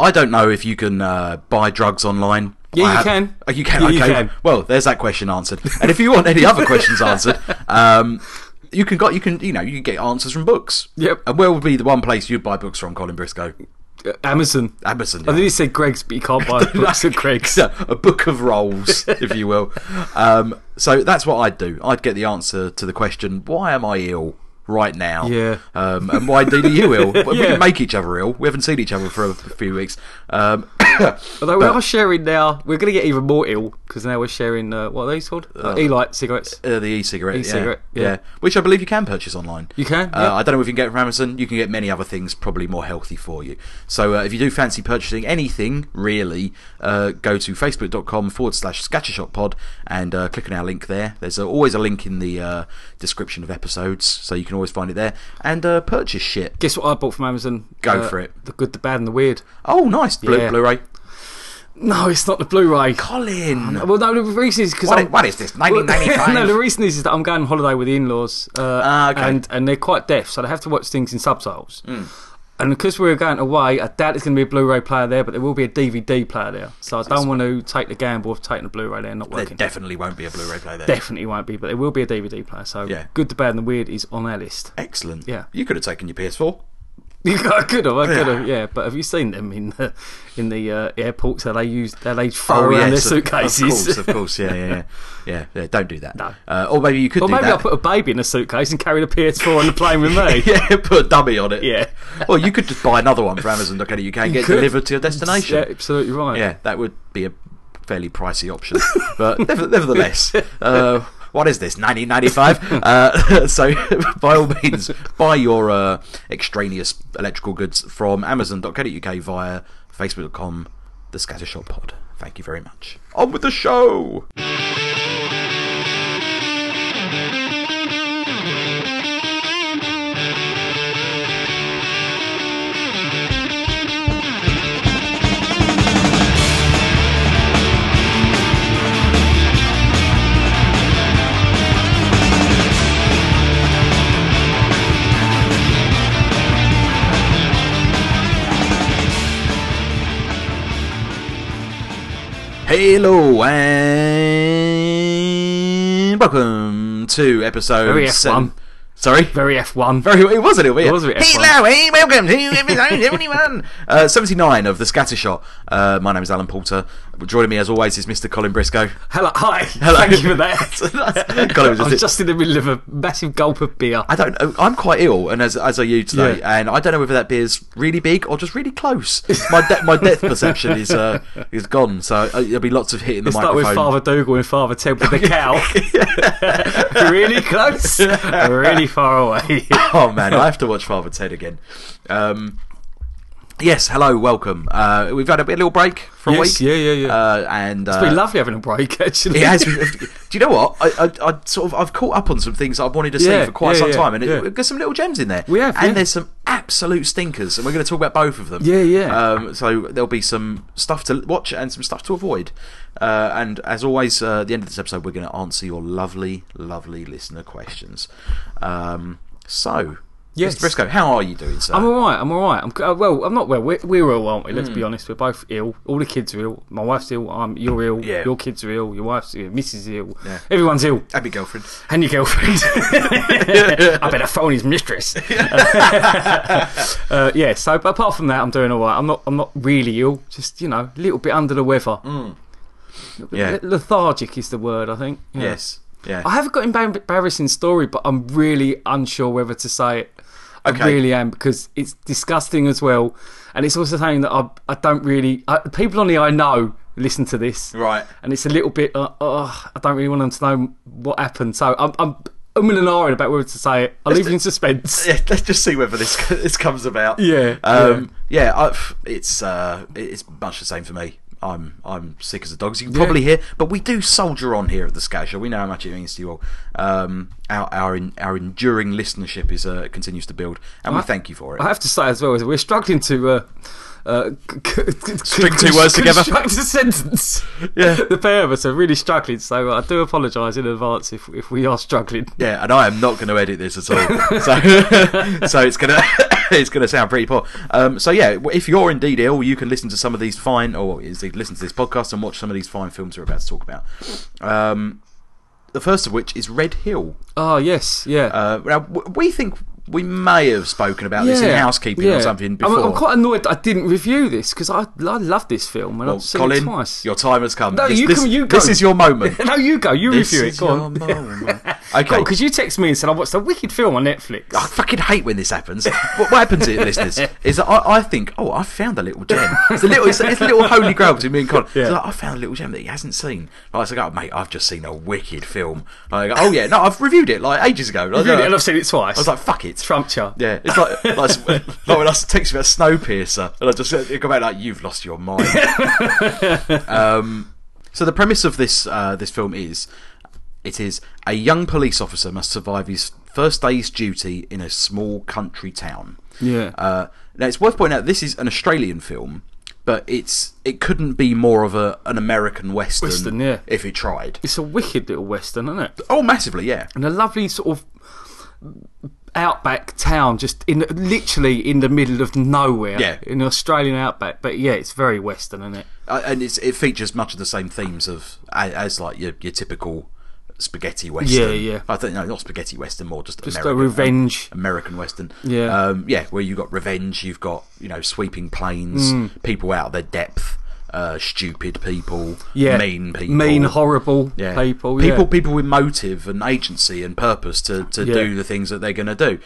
I don't know if you can uh, buy drugs online. Yeah, I you have- can. Oh, you can. Yeah, okay. you can. Well, there's that question answered. And if you want any other questions answered, um, you can got you can you know you can get answers from books. Yep. And where would be the one place you'd buy books from, Colin Briscoe? Uh, Amazon. Amazon. I think he said Greg's, but you can't buy books at Greg's. Yeah, a book of rolls, if you will. Um, so that's what I'd do. I'd get the answer to the question, why am I ill right now? Yeah. Um, and why are you ill? We Yeah. didn't make each other ill. We haven't seen each other for a few weeks. Um, Although we are sharing now, we're going to get even more ill because now we're sharing uh, what are these called? Uh, E-light cigarettes. uh, the e-cigarette, E-cigarette, yeah, yeah. which I believe you can purchase online. You can, Uh, yeah. I don't know if you can get it from Amazon. You can get many other things, probably more healthy for you. So uh, if you do fancy purchasing anything, really, uh, go to facebook.com forward slash scattershotpod and uh, click on our link there. There's uh, always a link in the uh, description of episodes, so you can always find it there and uh, purchase shit. Guess what I bought from Amazon? Uh, Go for it. The good, the bad, and the weird. Oh, nice Blu- Yeah. Blu-ray, No, it's not the Blu-ray. Colin. Well, Oh, no, the reason is because What i- what is this? Well, 1995. no, the reason is, is that I'm going on holiday with the in-laws, uh, Ah, okay. Hmm. and and they're quite deaf, so they have to watch things in subtitles. And because we're going away, I doubt it's going to be a Blu-ray player there, but there will be a DVD player there. So I don't want to take the gamble of taking the Blu-ray there and not there working. definitely won't be a Blu-ray player there. Definitely won't be, but there will be a DVD player. So Yeah. good, the bad, and the weird is on our list. Excellent. Yeah. you could have taken your PS4. I could have, I could Yeah. have, yeah. But have you seen them in the, in the uh, airports? How they use, how they throw around Oh, yes, their of- suitcases? Of course, of course, yeah, yeah, yeah, yeah. yeah don't do that. No. Uh, or maybe you could Or do maybe that. I'll put a baby in a suitcase and carry the PS4 on the plane with me. yeah, put a dummy on it. Yeah. Well, you could just buy another one for Amazon.co.uk and get it could. delivered to your Yeah, destination. absolutely right. Yeah. that would be a fairly pricey option, but never- nevertheless. Uh, what is this, 1995? uh, so, by all means, buy your uh, extraneous electrical goods from Amazon.co.uk via Facebook.com, the Scattershot Pod. Thank you very much. On with the show! Hello and welcome to episode Very F1. seven- Sorry, Very F1. very. It was a little bit. It was a bit F1. Hello and welcome to episode seventy-one, uh, seventy-nine of the Scattershot. Uh, my name is Alan Poulter. Joining me as always is Mr. Colin Briscoe. Hello, hi. Hello. Thank you for That's- that. God, it was I just- was just in the middle of a massive gulp of beer. I don't. know- I'm quite ill, and as as are you today, Yeah. and I don't know whether that beer's really big or just really close. My de- my depth perception is uh, is gone, so uh, there'll be lots of hitting the It's like microphone. with Father Dougal and Father Ted with the cow. really close, really far away. oh man, I have to watch Father Ted again. Um, yes, hello, welcome. Uh, we've had a bit, little break for Yes, a week. yeah, yeah, yeah. Uh, and uh, It's been lovely having a break, actually. it has been- Do you know what? I, I, I sort of I've caught up on some things I've wanted to see Yeah, for quite yeah, some yeah, time, and yeah. it, there's some little gems in there. We have, and yeah. there's some absolute stinkers, and we're going to talk about both of them. Yeah, yeah. Um, so there'll be some stuff to watch and some stuff to avoid. Uh, and as always, uh, at the end of this episode, we're going to answer your lovely, lovely listener questions. Um, so, Yes. Mr. Briscoe, how are you doing, sir? I'm all right. I'm all right. I'm uh, well. I'm not well. We're, we're ill, aren't we? Let's Hmm. be honest. We're both ill. All the kids are ill. My wife's ill. I'm. You're ill. Yeah. Your kids are ill. Your wife's ill. Mrs. ill. Yeah. Everyone's ill. Happy girlfriend. and your girlfriend. I better phone his mistress. uh, yeah. So, but apart from that, I'm doing all right. I'm not. I'm not really ill. Just you know, a little bit under the weather. Hmm. Yeah. L- lethargic is the word. I think. Yeah. Yes. Yeah. I have got an embar- embarrassing story, but I'm really unsure whether to say it. Okay. I really am because it's disgusting as well, and it's also something that I I don't really I, people on the I know listen to this, Right. and it's a little bit uh, oh, I don't really want them to know what happened, so I'm I'm umming and ahhing about whether to say it. I'll leave you in suspense. Yeah, let's just see whether this this comes about. Yeah, um, yeah. I've, it's uh, it's much the same for me. I'm I'm sick as a dog, as you can probably hear. But we do soldier on here at the Scasher. We know how much it means to you all. Um, our our in, our enduring listenership is uh, continues to build, and we thank you for it. I have to say as well is we're struggling to. Uh, uh, c- c- String c- two words together. Construct a sentence. Yeah. the pair of us are really struggling, so I do apologise in advance if if we are struggling. yeah, and I am not going to edit this at all. So so it's gonna it's going to sound pretty poor. Um, so yeah, if you're indeed ill, you can listen to some of these fine, or is listen to this podcast and watch some of these fine films we're about to talk about. Um, the first of which is Red Hill. Oh yes, yeah. Uh, now w- we think we may have spoken about this in Yeah, housekeeping yeah. or something I'm- before. I'm, quite annoyed that I didn't review this because I, I love this film and Well, I've seen Colin, it twice. your time has come. No, this, you this, come- you this go. is your moment. no, you go. You this review it. is Go your on. moment. Okay. Because you texted me and said I watched a wicked film on Netflix. I fucking hate when this happens. what, what happens here, listeners, is that I, I think, oh, I found a little gem. It's a little, it's a, it's a little holy grail between me and Colin. Yeah. It's like, I found a little gem that he hasn't seen. Like, it's like, oh, mate, I've just seen a wicked film. Like, oh yeah, no, I've reviewed it like ages ago. Like, Reviewed no, it and I've seen it twice. I was like, fuck it. Trump chart. Yeah, it's like, like, like when I text you about Snowpiercer, and I just it come out like, you've lost your mind. um, so the premise of this uh, this film is, it is a young police officer must survive his first day's duty in a small country town. Yeah. Uh, now it's worth pointing out this is an Australian film, but it's it couldn't be more of a an American western, Western, yeah. if it tried. It's a wicked little western, isn't it? Oh, massively, yeah. And a lovely sort of outback town, just in literally in the middle of nowhere. Yeah. In the Australian outback, but yeah, it's very western, isn't it? Uh, and it's, it features much of the same themes of a- as like your, your typical spaghetti western. Yeah, yeah. I think no, not spaghetti western, more just, Just American, a revenge. American western. Yeah. um, yeah, where you've got revenge, you've got you know sweeping planes, Mm. people out of their depth, uh, stupid people, yeah. mean people, Mean, horrible yeah. people. people, yeah. people with motive and agency and purpose to, to Yeah. do the things that they're going to do.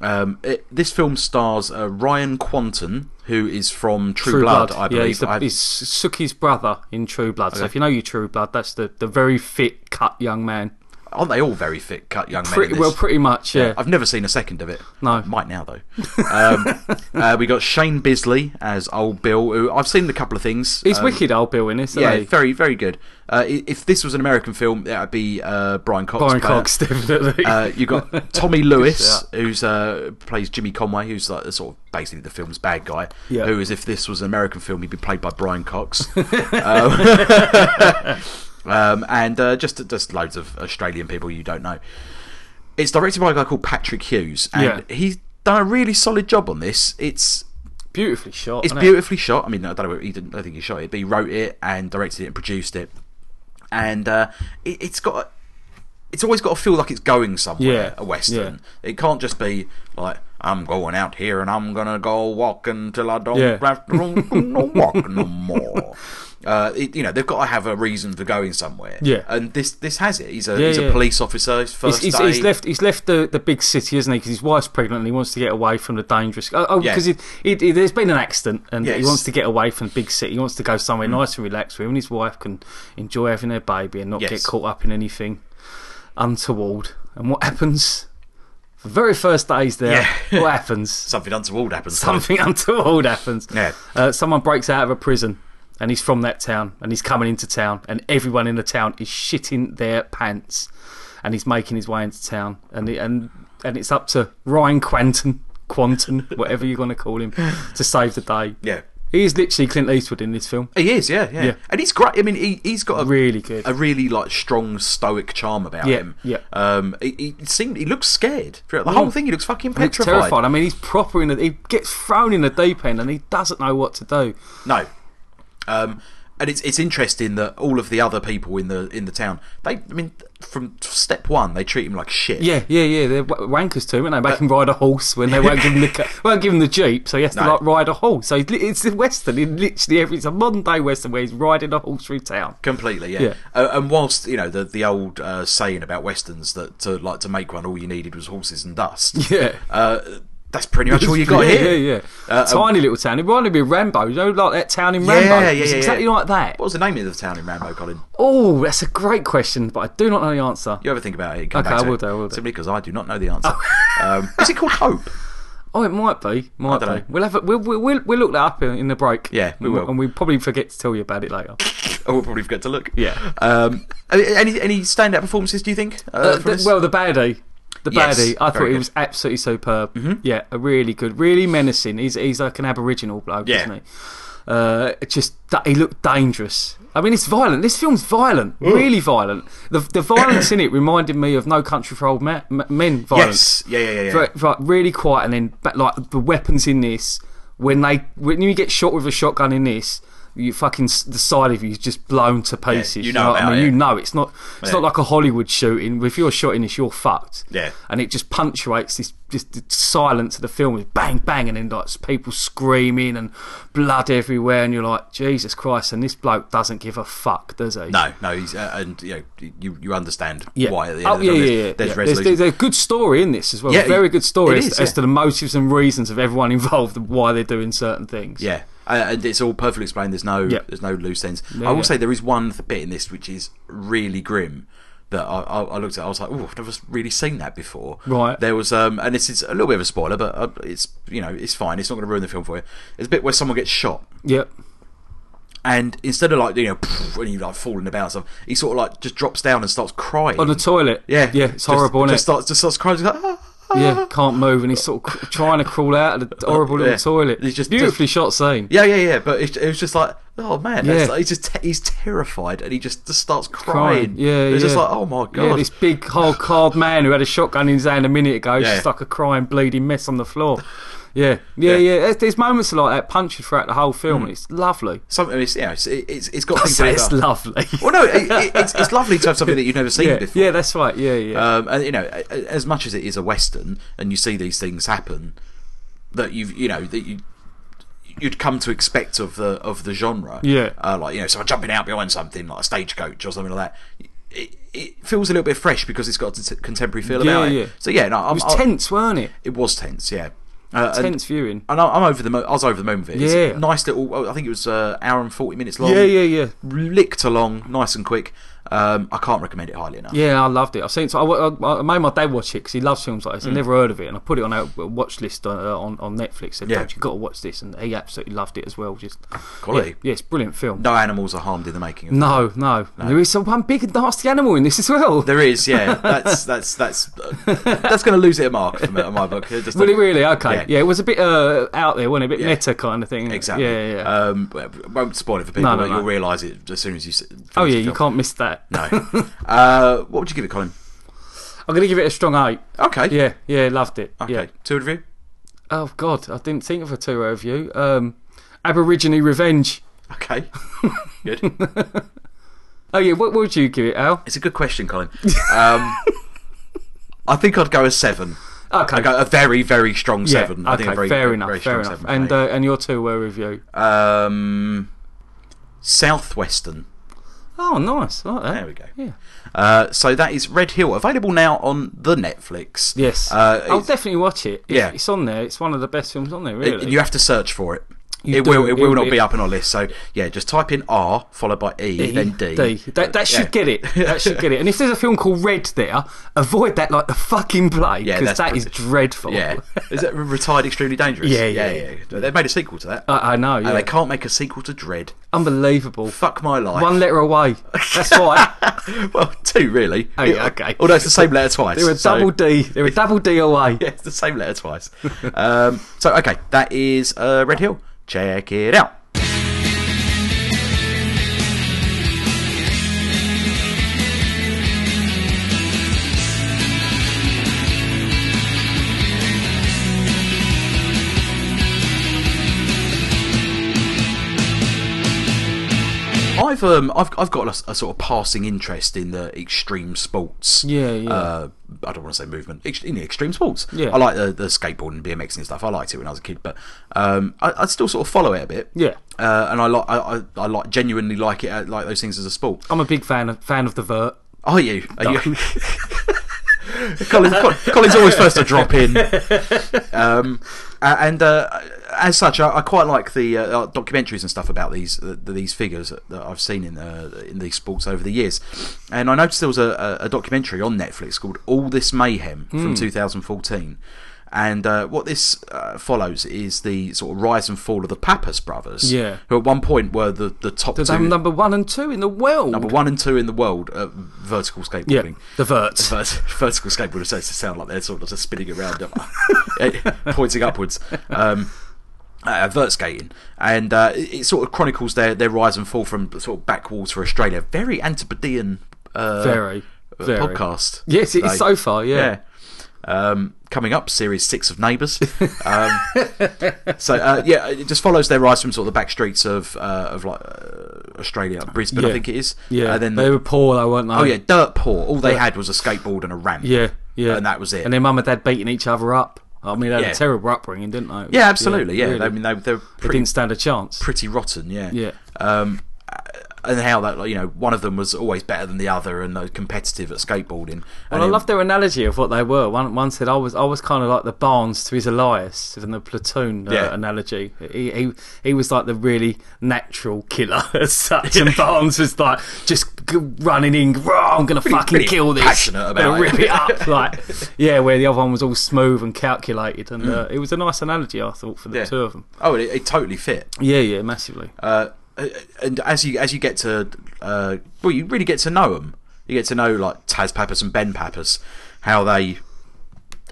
Um, it, this film stars uh, Ryan Quanton, who is from True, Blood, I believe. Yeah, he's, the, I- he's Suki's brother in True Blood. So if you know your True Blood, that's the, the very fit, cut young man. Aren't they all very fit, cut young men? in Pretty, this? well, pretty much, yeah. I've never seen a second of it. No. might now though. um, uh, we got Shane Bisley as Old Bill. Who I've seen a couple of things. He's Um, wicked, eh? old Bill, in this, isn't Yeah, he? very very good. Uh, i- if this was an American film, that would be uh, Brian Cox. Byron playing- Cox, definitely. Uh, you got Tommy Lewis, who's uh, plays Jimmy Conway, who's like the sort of basically the film's bad guy. Yeah. Who is if this was an American film, he'd be played by Brian Cox. Um, um, and uh, just just loads of Australian people you don't know. It's directed by a guy called Patrick Hughes, and Yeah. he's done a really solid job on this. It's Beautifully shot. it's isn't it? beautifully shot. I mean, I don't know. He didn't. I think he shot it, but he wrote it and directed it and produced it. And uh, it, it's got. a- It's always got to feel like it's going somewhere. Yeah, A western. It can't just be like I'm going out here and I'm gonna go walking till I don't Yeah. have to walk no more. Uh, it, you know they've got to have a reason for going somewhere. Yeah. and this this has it. He's a Yeah, he's a yeah. police officer. His He's, first he's, day. he's left. He's left the, the big city, isn't he? Because his wife's pregnant, and he wants to get away from the dangerous. Oh, oh, Yeah. because he, he, there's been an accident, and Yes. Mm. he wants to get away from the big city. He wants to go somewhere nice and relaxed, where him and his wife can enjoy having their baby and not Yes. get caught up in anything untoward. And what happens? The very first days there, Yeah. what happens? Something untoward happens. Something untoward happens. Yeah. Uh, someone breaks out of a prison, and he's from that town, and he's coming into town, and everyone in the town is shitting their pants, and he's making his way into town, and he, and and it's up to Ryan Quanton, Quanton, whatever you're going to call him, to save the day. Yeah, He is literally Clint Eastwood in this film. he is. Yeah, yeah, Yeah. and he's great. I mean, he, he's got a Really good. a really like strong stoic charm about Yeah, him. yeah. Um, he, he seemed he looks scared throughout the whole thing. He looks fucking Mm. He looks petrified. terrified. I mean, he's proper in. The, he gets thrown in the deep end, and he doesn't know what to do. No. Um, and it's it's interesting that all of the other people in the in the town they I mean from step one they treat him like shit. Yeah, yeah, yeah. They're w- wankers too, aren't they? They Uh, can ride a horse when they won't give him the ca- won't give him the jeep, so he has to No. like ride a horse. So he's, li- it's a western. In literally every, it's a modern day western where he's riding a horse through town. Completely, yeah. Yeah. Uh, and whilst you know the the old uh, saying about westerns that to like to make one, all you needed was horses and dust. Yeah. Uh, that's pretty much all you got yeah, here. Yeah, yeah. Uh, Tiny little town. It reminded me of Rambo. You know, like that town in Yeah, Rambo. yeah, it's yeah, exactly yeah. like that. What was the name of the town in Rambo, Colin? Oh, that's a great question, but I do not know the answer. You ever think about it? and Come Okay, back I to will it. do, I will do. Simply because I do not know the answer. um, is it called Hope? Oh, it might be. Might dunno. be. We'll have a, we'll, we'll we'll we'll look that up in, in the break. Yeah, we And will. And we probably forget to tell you about it later. Oh, we'll probably forget to look. Yeah. Um, any any standout performances? Do you think? Uh, Uh, from the- this? well, the baddie. The Yes, baddie, I thought very good. he Mm-hmm. was absolutely superb. Yeah, a really good, really menacing. He's he's like an Aboriginal bloke, Yeah. isn't he? Uh, it just da- he looked dangerous. I mean, it's violent. This film's violent, really violent. The the violence in it reminded me of No Country for Old Ma- M- Men violence. Yes. Yeah, yeah, yeah. yeah. Right, right, really quiet, and then but like the weapons in this, when they when you get shot with a shotgun in this, you fucking s- the side of you is just blown to pieces. you know what I about mean, it. you know it's not it's not Yeah. like a Hollywood shooting. If you're shot in this, you're fucked. Yeah. and it just punctuates this just the silence of the film with bang bang, and then like people screaming and blood everywhere, and you're like Jesus Christ, and this bloke doesn't give a fuck, does he? No, no, he's, uh, and you know, you you understand Yeah. why at the end oh, of the yeah, film yeah, there's, yeah. there's yeah. resolution. There's, there's a good story in this as well. Yeah, a very it- good story it as, is, as yeah. to the motives and reasons of everyone involved and why they're doing certain things. Yeah, uh, and it's all perfectly explained. There's no Yeah. there's no loose ends. Yeah, I will yeah. say there is one th- bit in this which is really grim. That I, I, I looked at, I was like, "Oh, I've never really seen that before." Right. There was, um, and this is a little bit of a spoiler, but uh, it's you know it's fine. It's not going to ruin the film for you. It's a bit where someone gets shot, Yep. and instead of like you know, when you like falling about and stuff, he sort of like just drops down and starts crying On the toilet. Yeah, Yeah, Just- it's horrible, Just, isn't it? starts just starts crying. He's like, "Ah, ah, ah." yeah, can't move, and he's sort of cr- trying to crawl out of the horrible little Yeah. toilet. He's just- Beautifully shot scene. Yeah, yeah, yeah. But it, it was just like, oh man, Yeah. that's, like, he's just te- he's terrified and he just, just starts crying. Yeah, it's just yeah. like, oh my god. Yeah, this big, hard, card man who had a shotgun in his hand a minute ago, is Yeah. just like a crying, bleeding mess on the floor. Yeah, yeah, yeah. Yeah. There's, there's moments like that punctured throughout the whole film, and it's lovely. Some- it's, yeah, it's, it's, it's got I things in say it it's oh. that- lovely. Well, no, it, it, it's, it's lovely to have something that you've never seen yeah, before. yeah, that's right. Yeah, yeah. Um, and you know, a- a- as much as it is a western, and you see these things happen, that you've you know that you you'd come to expect of the of the genre. Yeah. uh, like you know, someone jumping out behind something like a stagecoach or something like that. It, it feels a little bit fresh because it's got a t- contemporary feel Yeah, about yeah. it. So yeah, no, I'm, It was I'll- tense, weren't it? It was tense, yeah. Uh, Oh. and- Tense viewing. And I- I'm over the. Mo- I was over the moment of it. It's Yeah. nice little. I think it was uh, hour and forty minutes long. Yeah, yeah, yeah. Licked along, nice and quick. Um, I can't recommend it highly enough. Yeah, I loved it. I've seen. So I, I, I made my dad watch it because he loves films like this. Mm. I never heard of it, and I put it on our watch list on uh, on, on Netflix. Said, Yeah. "Dad, you got to watch this," and he absolutely loved it as well. Just Quality. yeah, yeah, it's a brilliant film. No animals are harmed in the making of No, no, There is some one big and nasty animal in this as well. There is, yeah. That's that's that's uh, that's going to lose it a mark from my book. Just Really, really, okay. Yeah. Yeah. it was a bit uh, out there, wasn't it? A bit Yeah. meta kind of thing. exactly. Yeah, yeah. yeah. Um, but won't spoil it for people. No, no, but no. You'll realise it as soon as you. s- finish oh yeah, the you film. can't miss that. No. uh, what would you give it, Colin? I'm gonna give it a strong eight. Okay. Yeah, yeah, loved it. Okay. Yeah. Two out of you. Oh God, I didn't think of a two review. Um, Aborigine Revenge. Okay. Good. Oh yeah, what would you give it, Al? It's a good question, Colin. Um, I think I'd go a seven. Okay. I go a very, very strong Yeah, seven. I okay, think a very, fair very enough, strong fair enough. seven for And me. uh, and your two were review. um, Southwestern. Oh, nice. I like that. There we go. Yeah. Uh, so that is Red Hill, available now on the Netflix. Yes. Oh, Uh, I'll it's- definitely watch it. It's, Yeah. It's on there. It's one of the best films on there. it- Really. you have to search for it. You it do. will. It will It- not it- be up on our list. So yeah, just type in R followed by E, D, then D. D. That, that should Yeah. get it. That should get it. And if there's a film called Red there, avoid that like the fucking plague Yeah, because that's that is pretty- dreadful. Yeah. Is that retired? Extremely dangerous. Yeah, yeah, yeah. yeah. They made a sequel to that, I, I know. Yeah. and they can't make a sequel to Dread. Unbelievable. Fuck my life. One letter away. That's why. well, two really. Oh, yeah, okay. Although it's the same letter twice. They're a so- double D. They're a double D away. Yeah, it's the same letter twice. um, so okay, that is uh, Red Hill. Check it out. I've um I've I've got a, a sort of passing interest in the extreme sports. Yeah, yeah. Uh, I don't want to say movement. Ex- in extreme sports. Yeah. I like the the skateboard and BMX and stuff. I liked it when I was a kid, but um I, I still sort of follow it a bit. Yeah. Uh, and I like I, I, I like genuinely like it. I like those things as a sport. I'm a big fan of fan of the vert. Are you? Are you? Colin, Col- Colin's always first to drop in. Um, a- and uh, as such, I, I quite like the uh, documentaries and stuff about these uh, these figures that I've seen in uh, in these sports over the years. And I noticed there was a, a, a documentary on Netflix called "All This Mayhem" Hmm. from 2014. And uh, what this uh, follows is the sort of rise and fall of the Pappas brothers, Yeah. who at one point were the, the top They're two, number one and two in the world. number one and two in the world at vertical yeah, skateboarding. the vert. Vert- vertical skateboarder says to sound like they're sort of just spinning around, don't they? Eh, pointing upwards. Um, uh, vert skating, and uh, it, it sort of chronicles their, their rise and fall from sort of backwalls for Australia. Very Antipodean uh, Very, uh, very. podcast. Yes, it is so far. Yeah. Um, coming up, series six of Neighbours. Um, so uh, yeah, it just follows their rise from sort of the back streets of uh, of like uh, Australia, Brisbane, I Yeah. think it is. yeah, and then they were poor though, weren't they? oh yeah, dirt poor. All they had was a skateboard and a ramp. yeah, yeah, and that was it. And their mum and dad beating each other up. I mean, they had Yeah. a terrible upbringing, didn't they? It was- yeah, absolutely. Yeah, really. I mean they they're they pretty didn't stand a chance. pretty rotten. Yeah, Yeah. Um, and how that like, you know one of them was always better than the other and they were competitive at skateboarding. Well, and I it- love their analogy of what they were. One, one said, "I was, I was kind of like the Barnes to his Elias in the platoon uh, Yeah. analogy. He, he, he was like the really natural killer as such, and Barnes was like just g- running in. "Rah, I'm gonna fucking pretty kill this. passionate about gonna it." rip it up. Like, yeah, where the other one was all smooth and calculated, and uh, it was a nice analogy I thought for the Mm. Yeah. two of them. Oh, it, it totally fit. Yeah, yeah, massively. uh, and as you as you get to uh, well, you really get to know them. You get to know like Taz Pappas and Ben Pappas, how they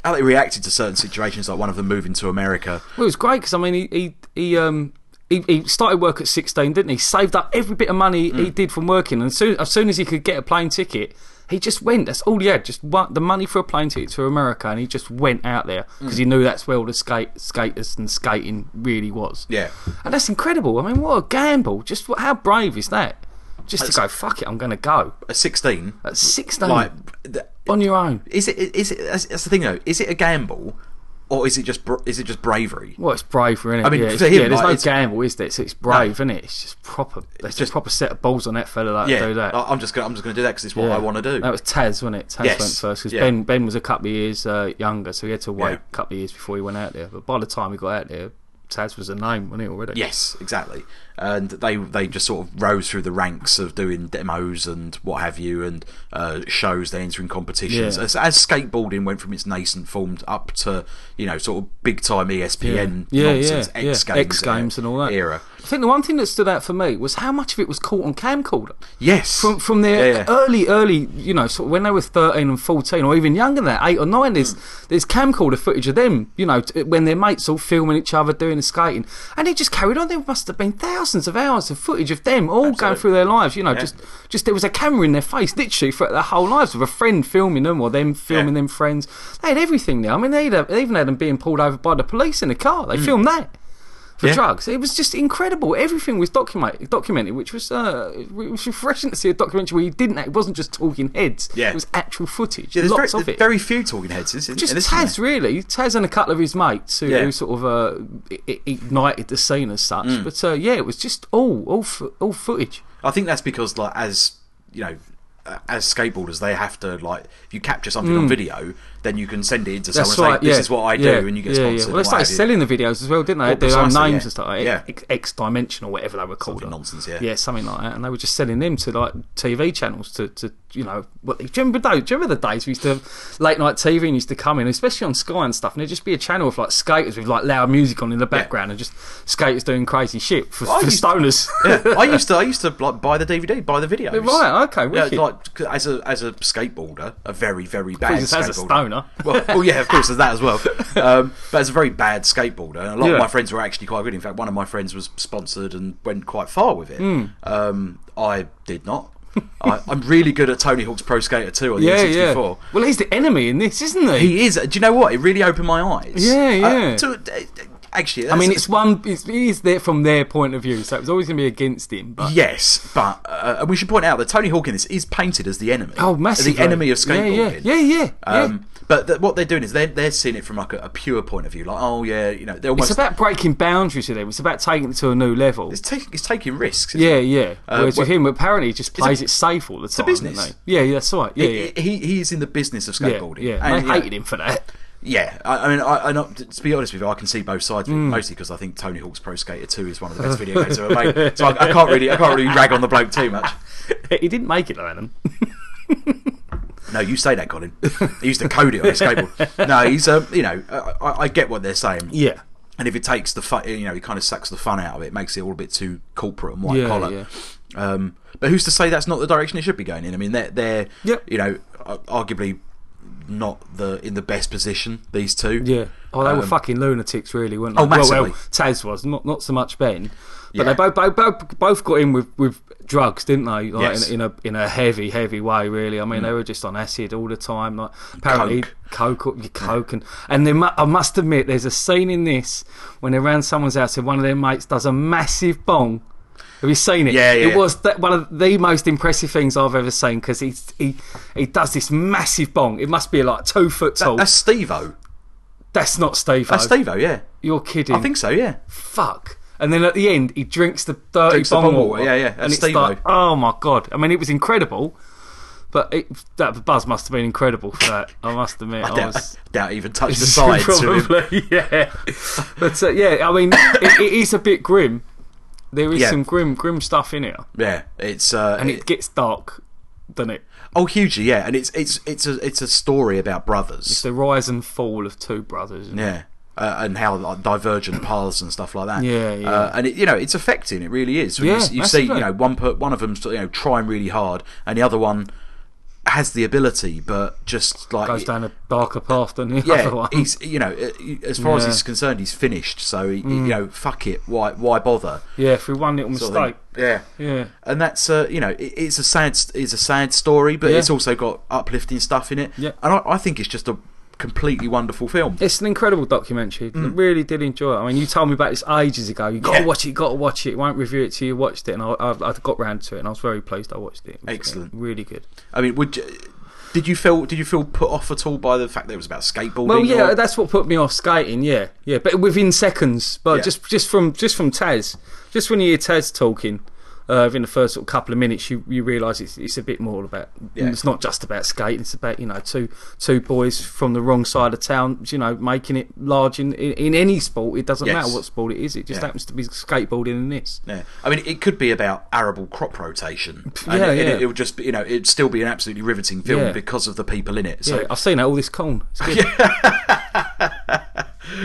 how they reacted to certain situations, like one of them moving to America. Well, it was great because I mean, he he he um. He, he started work at 16, didn't he? Saved up every bit of money Mm. he did from working, and soon, as soon as he could get a plane ticket, he just went. That's all he had, just wa- the money for a plane ticket to America, and he just went out there Mm. because he knew that's where all the skate skaters and skating really was. Yeah, and that's incredible. I mean, what a gamble! Just what, how brave is that? Just to go, fuck it, I'm going to go at sixteen, at 16 like th- on your own. is it is it that's, that's the thing though? Is it a gamble, or is it just br- is it just bravery? Well, it's bravery, innit? mean, yeah, for it's- him, yeah, there's like, no it's- gamble, is there? It's, it's brave, innit? It's just proper. It's just- just proper set of balls on that fella that Yeah, do that. I- I'm just gonna I'm just gonna do that because it's what Yeah. I want to do. That was Taz, wasn't it? Taz Yes, went first because yeah. Ben Ben was a couple of years uh, younger, so he had to wait Yeah. a couple of years before he went out there. But by the time he got out there, Taz was a name, wasn't he already? Yes, exactly. And they they just sort of rose through the ranks of doing demos and what have you, and uh, shows. They entering competitions Yeah. as, as skateboarding went from its nascent form up to you know sort of big time E ESPN Yeah, yeah, nonsense, yeah. X Games, X Games and all that. era. I think the one thing that stood out for me was how much of it was caught on camcorder. Yes, from from their Yeah, yeah. early early you know sort of when they were 13 and 14 or even younger than that 8 or 9 there's Hmm. there's camcorder footage of them you know t- when their mates all filming each other doing the skating and it just carried on there must have been thousands of hours of footage of them all going Absolutely. through their lives you know just just there was a camera in their face literally for their whole lives with a friend filming them or them filming Yeah. them friends they had everything there I mean they, had a, they even had them being pulled over by the police in a car Hmm. they filmed that for Yeah. drugs. It was just incredible. Everything was documented, documented, which was uh, it was refreshing to see a documentary where you didn't. It wasn't just talking heads. Yeah. it was actual footage. Yeah, there's lots very, of it. very few talking heads. This, just this Taz, really. Taz and a couple of his mates who, Yeah. Mm. who sort of uh, i- i- ignited the scene as such. But uh, yeah, it was just all all fo- all footage. I think that's because like as you know. uh, As skateboarders, they have to like if you capture something on video, then you can send it into someone. Mm. That's and say, right. This yeah. is what I do, Yeah. and you get yeah, sponsored. Yeah. and Well, they what started have you. selling the videos as well, didn't they? Their own precisely, names yeah. and stuff. Like Yeah. X, X Dimension or whatever they were called. Something nonsense, yeah. Yeah, something like that. And they were just selling them to like TV channels to, to you know. What, do you remember those? Do you remember the days we used to have late night TV and used to come in, especially on Sky and stuff, and there'd just be a channel of like skaters with like loud music on in the background and just skaters doing crazy shit for, I for used- stoners. yeah, I used to I used to like buy the DVD, buy the videos. right, okay, Yeah, wicked. like as a as a skateboarder, a very very bad as skateboarder. a stoner. well, well, yeah, of course, there's that as well. Um, but as a very bad skateboarder, and a lot Yeah. of my friends were actually quite good. In fact, one of my friends was sponsored and went quite far with it. Hmm. Um, I did not. I, I'm really good at Tony Hawk's Pro Skater 2 on the yeah, yeah. N64. Well, he's the enemy in this, isn't he? He is. Do you know what? It really opened my eyes. Yeah, yeah. Uh, to- actually, I mean, that's- it's one. It's, it is there from their point of view, so it was always going to be against him. But Yes, but uh, and we should point out that Tony Hawk in this is painted as the enemy. Oh, massively. The enemy of Yeah, yeah. skateboarding. Yeah, yeah, yeah. Um, But th- what they're doing is they're, they're seeing it from like a, a pure point of view. Like, oh yeah, you know, they're almost it's about breaking boundaries with him. It's about taking it to a new level. it's, taking it's taking risks. isn't Yeah, it? yeah. Whereas with well- him, apparently, he just plays it safe all the time. doesn't business. he? Yeah, yeah, that's right. Yeah, yeah. He- He, he is in the business of Yeah, skateboarding. yeah. And, And you know, I hated him for that. Yeah, I, I mean, I, I not, to be honest with you, I can see both sides of Mm. it, mostly because I think Tony Hawk's Pro Skater 2 is one of the best video games ever made. So I, I can't really, I can't really rag on the bloke too much. he didn't make it, though, Adam. No, you say that, Colin. He used to code it on his skateboard. No, he's um, you know, I, I- I get what they're saying. Yeah. And if it takes the fun, you know, it kind of sucks the fun out of it, makes it all a bit too corporate and white Yeah, collar. Um, but who's to say that's not the direction it should be going in? I mean, they're, they're Yep. you know, ar- arguably not the in the best position. These two. Yeah. Oh, they were Um, fucking lunatics, really, weren't they? Oh, well, well, massively. Taz was not not so much Ben, but Yeah. they both, both both both got in with, with drugs, didn't they? Like Yes. Mm. in, in a in a heavy heavy way, really. I mean, they were just on acid all the time. Like apparently coke, coke, or- coke and and then I must admit, there's a scene in this when they're around someone's house and one of their mates does a massive bong. Have you seen it? Yeah, yeah, It yeah. was that one of the most impressive things I've ever seen because he he he does this massive bong. It must be like two foot tall. That's Steve-O. That's not Steve. That's Steve-O, yeah. You're kidding. I think so, yeah. Fuck. And then at the end, he drinks the dirty Drinks the bong bong water. water, yeah, yeah, And that's it's like, Steve-O. oh my god. I mean, it was incredible. But it, that buzz must have been incredible for that. I must admit, I, I doubt, was. I doubt he even touched the side to him. Probably, yeah. But uh, yeah, I mean, it, it is a bit grim. There is Yeah. some grim, grim stuff in it, Yeah, it's uh, and it gets dark, doesn't it? oh hugely, yeah, and it's it's it's a it's a story about brothers, The rise and fall of two brothers. isn't it? yeah, uh, and how like, divergent paths and stuff like that. Yeah, yeah. Uh, and it, you know, it's affecting. It really is. When you Yeah, s- you, see, you massively. know, one per, one of them you know trying really hard, and the other one has the ability, but just like Goes down a darker path than the yeah, other one. he's you know, uh, he- as far as Yeah. Mm. he's concerned, he's finished. So he, you know, fuck it, why why bother? Yeah, through one little sort mistake. of thing. Yeah. Yeah. and that's uh, you know it, it's a sad st- it's a sad story, but Yeah. it's also got uplifting stuff in it. Yeah. and I, I think it's just a completely wonderful film. It's an incredible documentary. I really did enjoy it. I mean, you told me about this ages ago. You got to Mm. Yeah. watch it. Got to watch it. Won't review it till you watched it, and I, I, I got round to it, and I was very pleased I watched it. It was Excellent. really good. I mean, would you, did you feel did you feel put off at all by the fact that it was about skateboarding? Well, yeah, or- that's what put me off skating. Yeah, yeah, but within seconds. But Yeah. just just from just from Taz, just when you hear Taz talking. Uh, within the first sort of couple of minutes, you, you realise it's it's a bit more about. Yeah. It's not just about skating. It's about you know two two boys from the wrong side of town. You know, making it large in in, in any sport. It doesn't Yes. matter what sport it is. It just Yeah. happens to be skateboarding in this. Yeah. I mean, it could be about arable crop rotation. And Yeah, it, and yeah. It, it would just be, you know it'd still be an absolutely riveting film Yeah. because of the people in it. So So I've seen that all this corn. It's good.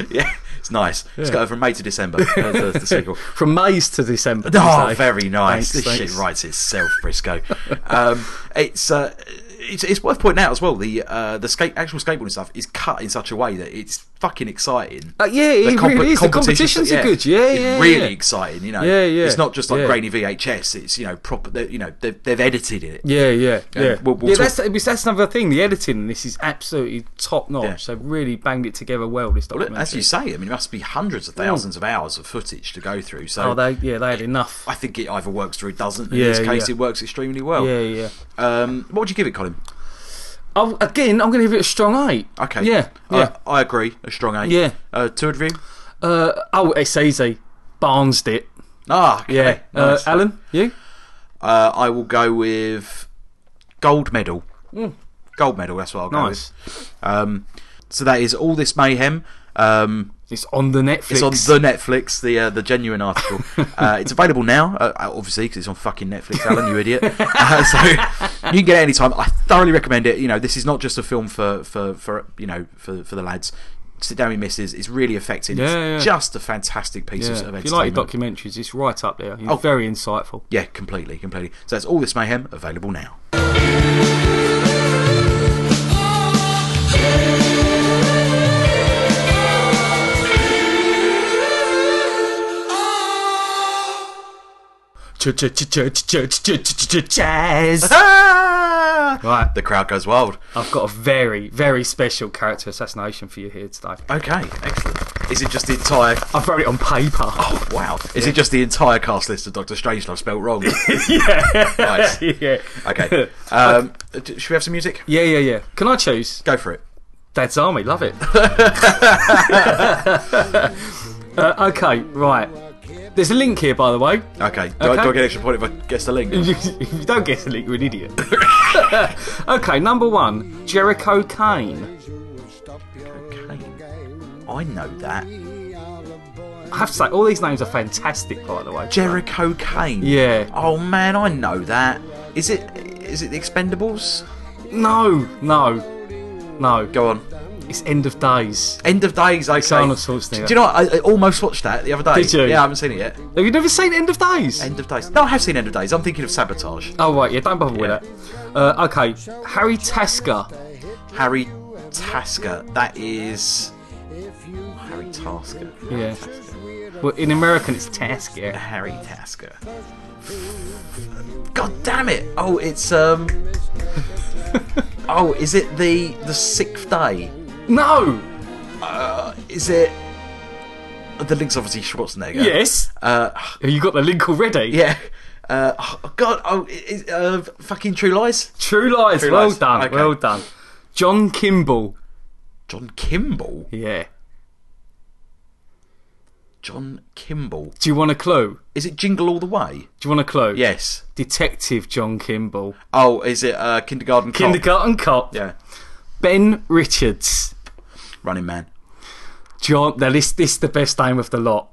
yeah, it's nice. It's got from May to December. That's- that's the sequel. From May's to December. Oh, so- very nice. Thanks, this thanks. shit writes itself, Briscoe. um, it's, uh, it's it's worth pointing out as well. The uh, the skate actual skateboarding stuff is cut in such a way that it's fucking exciting. Uh, yeah, it really is. The competitions are good. Yeah, it's yeah, really yeah. exciting. You know, Yeah, yeah, It's not just like yeah. grainy VHS. It's you know proper. they're- You know they've, they've edited it. Yeah, yeah, yeah. Yeah, we'll- we'll yeah, talk- that's that's that's another thing. The editing in this is absolutely top notch. Yeah. They've really banged it together well. This Well, documentary. as you say, I mean, it must be hundreds of thousands of hours of footage to go through. So oh, they yeah they had enough. I think it either works or it doesn't. In Yeah, this case, yeah. it works extremely well. Yeah, yeah. Um, what would you give it, Colin? Oh, again, I'm going to give it a strong eight. Okay. Yeah, yeah. I, I agree. A strong eight. Yeah. Uh, two review. uh, oh, it's easy. Barnes it. Ah. okay. Yeah. Nice. Uh, Alan, you? Uh, I will go with gold medal. Gold medal. That's what I'll go Nice. with. Um, so that is all this mayhem. Um, It's on the Netflix. it's on the Netflix, the uh, the genuine article. uh, it's available now, uh, obviously, because it's on fucking Netflix. Alan, you idiot. Uh, so you can get it anytime. I thoroughly recommend it. You know, this is not just a film for for, for you know for for the lads. Sit down with misses. It's really affecting. Yeah, it's yeah. just a fantastic piece of, yeah. of If you like entertainment. your documentaries, it's right up there. It's Oh. very insightful. Yeah, completely, completely. So that's all this mayhem available now. Jazz. Right. The crowd goes wild. I've got a very, very special character assassination for you here today. Okay, excellent. Is it just the entire? I've wrote it on paper. Oh wow! Is it just the entire cast list of Doctor Strangelove spelt wrong? yeah. nice. yeah. Okay. Um, d- should we have some music? Yeah, yeah, yeah. Can I choose? Go for it. Dad's Army, love it. uh, okay, right. There's a link here, by the way. Okay. Do, I, do Okay. I get an extra point if I guess the link? if you don't guess the link, you're an idiot. okay, number one Jericho Kane. I know that. I have to say, all these names are fantastic, by the way. Jericho Kane. Yeah. Oh man, I know that. Is it? Is it the Expendables? No, no, no. Go on. It's End of Days. End of Days. Okay. Arnold Schwarzenegger. Do you know? What? I, I almost watched that the other day. Did you? Yeah, I haven't seen it yet. Have you never seen End of Days? End of Days. No, I have seen End of Days. I'm thinking of Sabotage. Oh right, yeah, don't bother Yeah. with that. Uh, okay, Harry Tasker. Harry Tasker. That is Harry Tasker. Yeah. Well, in American, it's Task. Yeah. Harry Tasker. God damn it! Oh, it's um. oh, is it the the sixth day? No. Is it? The link's obviously Schwarzenegger. Yes. Uh, You got the link already. yeah. Uh, oh, God. Oh, is, uh, fucking True Lies. True Lies. True well Lies, done. okay. Well done. John Kimball. John Kimball. Yeah. John Kimball. Do you want a clue? Is it Jingle All the Way? Do you want a clue? Yes. Detective John Kimball. Oh, is it uh, Kindergarten Cop? Kindergarten cop. Yeah. Ben Richards. Running Man. John. Now this this the best name of the lot.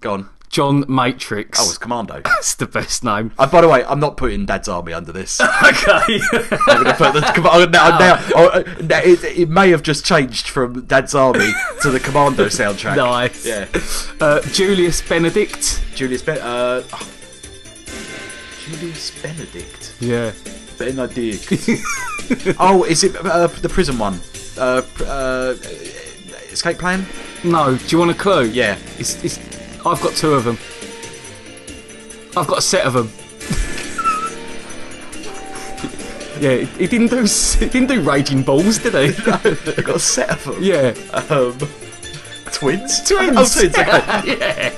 Gone. John Matrix. Oh, it's Commando. That's the best name. Uh, by the way, I'm not putting Dad's Army under this. I'm Okay. going to put the. Commando now, now, oh, uh, now it, it may have just changed from Dad's Army to the Commando soundtrack. nice. Yeah. Uh, Julius Benedict. Julius Ben. Uh, oh. Julius Benedict. Yeah. Benedict. oh, is it uh, the prison one? Uh, pr- uh, escape plan? No. Do you want a clue? Yeah. It's, it's, I've got two of them. I've got a set of them. yeah, he- he didn't do s- he didn't do raging balls, did he? I got a set of them. yeah, Um, twins? Twins. Oh, twins. okay. yeah.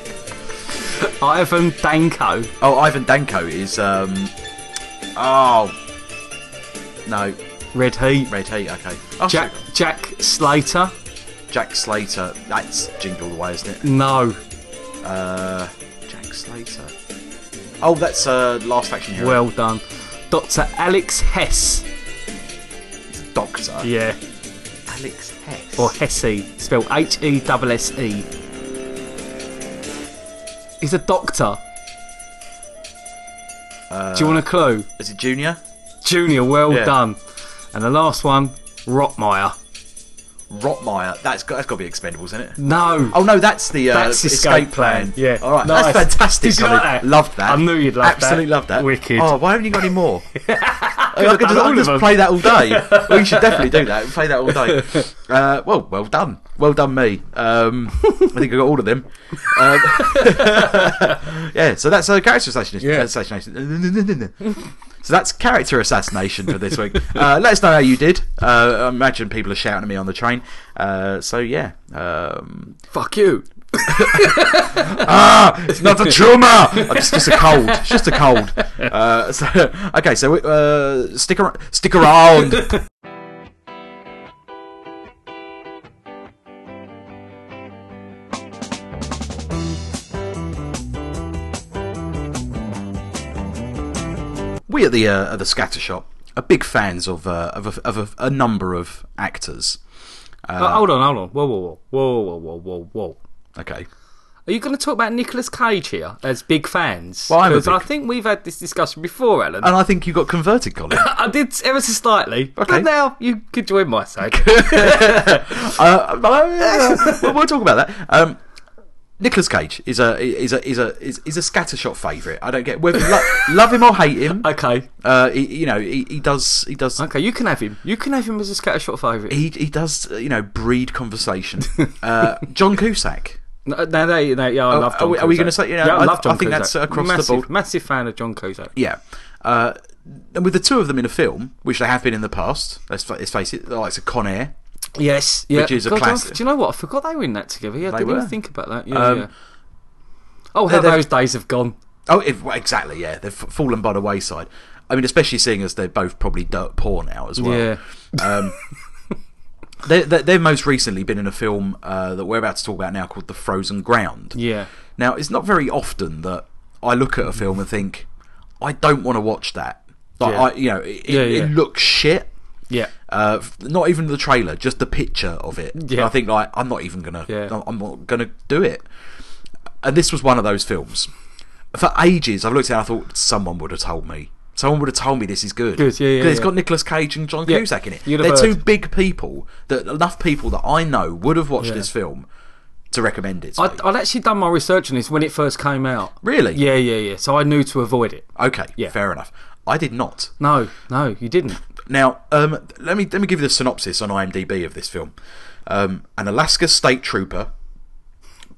Ivan Danko. Oh, Ivan Danko is. Um, oh. No. Red Heat. Red Heat, okay. Oh, Jack Jack Slater. sorry. Jack Slater. That's Jingle the Way, isn't it? No. Uh, Jack Slater. Oh, that's uh, Last Action Hero. Well done, Doctor Alex Hess. Doctor. Yeah. Alex Hess. Or Hesse, spelled H E S S E. He's a doctor. Do you want a clue? Uh, Is it Junior? Junior, well Yeah. done. And the last one, Rottmeyer. Rottmeyer. That's got, that's got to be Expendables, isn't it? No. Oh no, that's the uh, That's escape, plan. Yeah. All right. nice. That's fantastic. Did you like Sonny. that? Loved that. I knew you'd like that. Absolutely loved that. Wicked. Oh, why haven't you got any more? I have could done just, I could all of just them. play that all day. we should definitely do that. Play that all day. Uh, well, well done. Well done, me. Um, I think I got all of them. Um, yeah. So that's uh, character assassination. Yeah. assassination. So that's character assassination for this week. Uh, let us know how you did. Uh, I imagine people are shouting at me on the train. Uh, so yeah, um, Fuck you. it's not a tumor. it's just a cold. It's just a cold. Uh, so, okay, so uh, stick around. Stick around. we at the uh, at the Scatter Shop are big fans of uh, of, a, of a, a number of actors. Uh, hold on, hold on. Whoa, whoa, whoa. Whoa, whoa, whoa, whoa, whoa. Okay, Are you going to talk about Nicolas Cage here as big fans? Well, I'm a 'Cause big- Uh, I think we've had this discussion before, Alan. and I think you got converted, Colin. I did ever so slightly, Okay. but now you could join my side. uh, uh, we'll, we'll talk about that. Um, Nicholas Cage is a is a is a is, is a scattershot favourite. I don't get whether you lo- love him or hate him. okay, Uh, he, you know, he, he does he does okay, you can have him. You can have him as a scattershot favourite. he he does uh, you know breed conversation. Uh, John Cusack. No, no, no, no, yeah, I love John. Oh, are we- are we Cusack. gonna say- you know, yeah, I, I- love John. I think Cusack. that's across the massive, board. Massive fan of John Cusack. Yeah. Uh, and with the two of them in a film, which they have been in the past, let's, fa- let's face it, like it's a Con Air. Yes, yeah. Which is a God, I- classic. Do you know what? I forgot they were in that together. Yeah, I They didn't were. even think about that. Yeah, Um, yeah. Oh, how they're- those days have gone. Oh, if, well, exactly. Yeah, they've f- fallen by the wayside. I mean, especially seeing as they're both probably dirt poor now as well. Yeah. Um, they, they, they've most recently been in a film uh, that we're about to talk about now called The Frozen Ground. Yeah. Now, it's not very often that I look at a film and think, I don't want to watch that. Like, Yeah. I, you know, it, Yeah, it yeah. looks shit. Yeah. Uh, f- not even the trailer, just the picture of it. And Yeah. I think like I'm not even gonna. Yeah. I'm- I'm not gonna do it. And this was one of those films. For ages, I've looked at. it and I thought someone would have told me. Someone would have told me this is good. Good, yeah, yeah, 'Cause It's yeah. got Nicolas Cage and John Yeah, Cusack in it. you'd They're have two heard. big people that enough people that I know would have watched Yeah. this film to recommend it. To I'd, me. I'd actually done my research on this when it first came out. Really? Yeah, yeah, yeah. So I knew to avoid it. Okay. Yeah. Fair enough. I did not. No, no, you didn't. Now, um, let me let me give you the synopsis on IMDb of this film. Um, an Alaska state trooper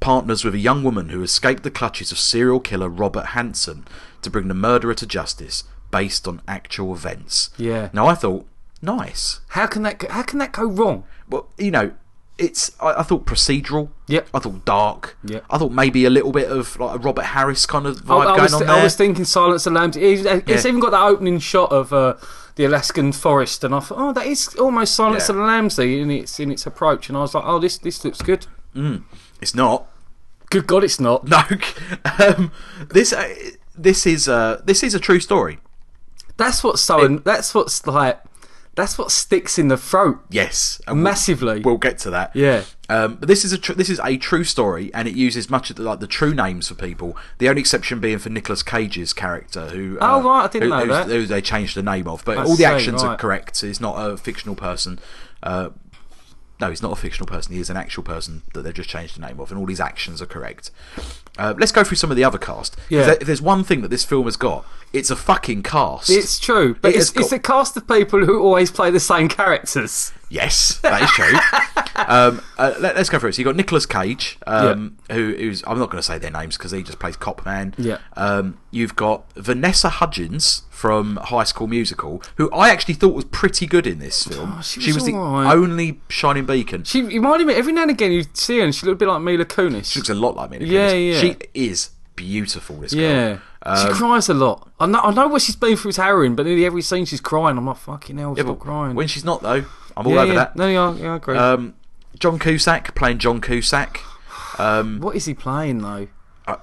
partners with a young woman who escaped the clutches of serial killer Robert Hanson to bring the murderer to justice, based on actual events. Yeah. Now, I thought, nice. How can that? go- How can that go wrong? Well, you know, it's I, I thought procedural. Yep. I thought dark. Yep. Oh, I thought maybe a little bit of like a Robert Harris kind of vibe I, I going was, Oh, on th- there. I was thinking Silence of the Lambs. It's, it's Yeah. even got that opening shot of uh, the Alaskan forest, and I thought, oh, that is almost Silence Yeah. of the Lambs there in its in its approach. And I was like, oh, this this looks good. it's not. Good God, it's not. No. um, this uh, this is uh, this is a true story. That's what's so. and that's what's like. That's what sticks in the throat Yes. And we'll- massively. We'll get to that. Yeah. Um, but this is a tr- this is a true story, and it uses much of the, like the true names for people. The only exception being for Nicolas Cage's character, who uh, Oh, right, I who, didn't know who's- that. who they changed the name of. But I all the see, actions are right. correct. He's not a fictional person. Uh, no, he's not a fictional person. He is an actual person that they've just changed the name of, and all his actions are correct. Uh, let's go through some of the other cast. 'Cause Yeah. there- If there's one thing that this film has got, it's a fucking cast. It's true, but It it's, has it's got- a cast of people who always play the same characters. Yes, that is true. um, uh, let, us go through it. So you've got Nicolas Cage, um, who, who's I'm not going to say their names because he just plays Copman. Yeah. Um, you've got Vanessa Hudgens from High School Musical, who I actually thought was pretty good in this film. Oh, she she was was the alright. only shining beacon. She She reminded me every now and again you see her, and she looked a bit like Mila Kunis. looks a lot like me. Yeah, yeah. She is beautiful. This yeah, girl. she Um, cries a lot. I know, I know what she's been through is harrowing, but nearly every scene she's crying. I'm like, fucking hell, but stop crying. When she's not though, I'm all yeah, over yeah. that. No, yeah, yeah, I agree. Um, John Cusack playing John Cusack. Um, what is he playing though? uh,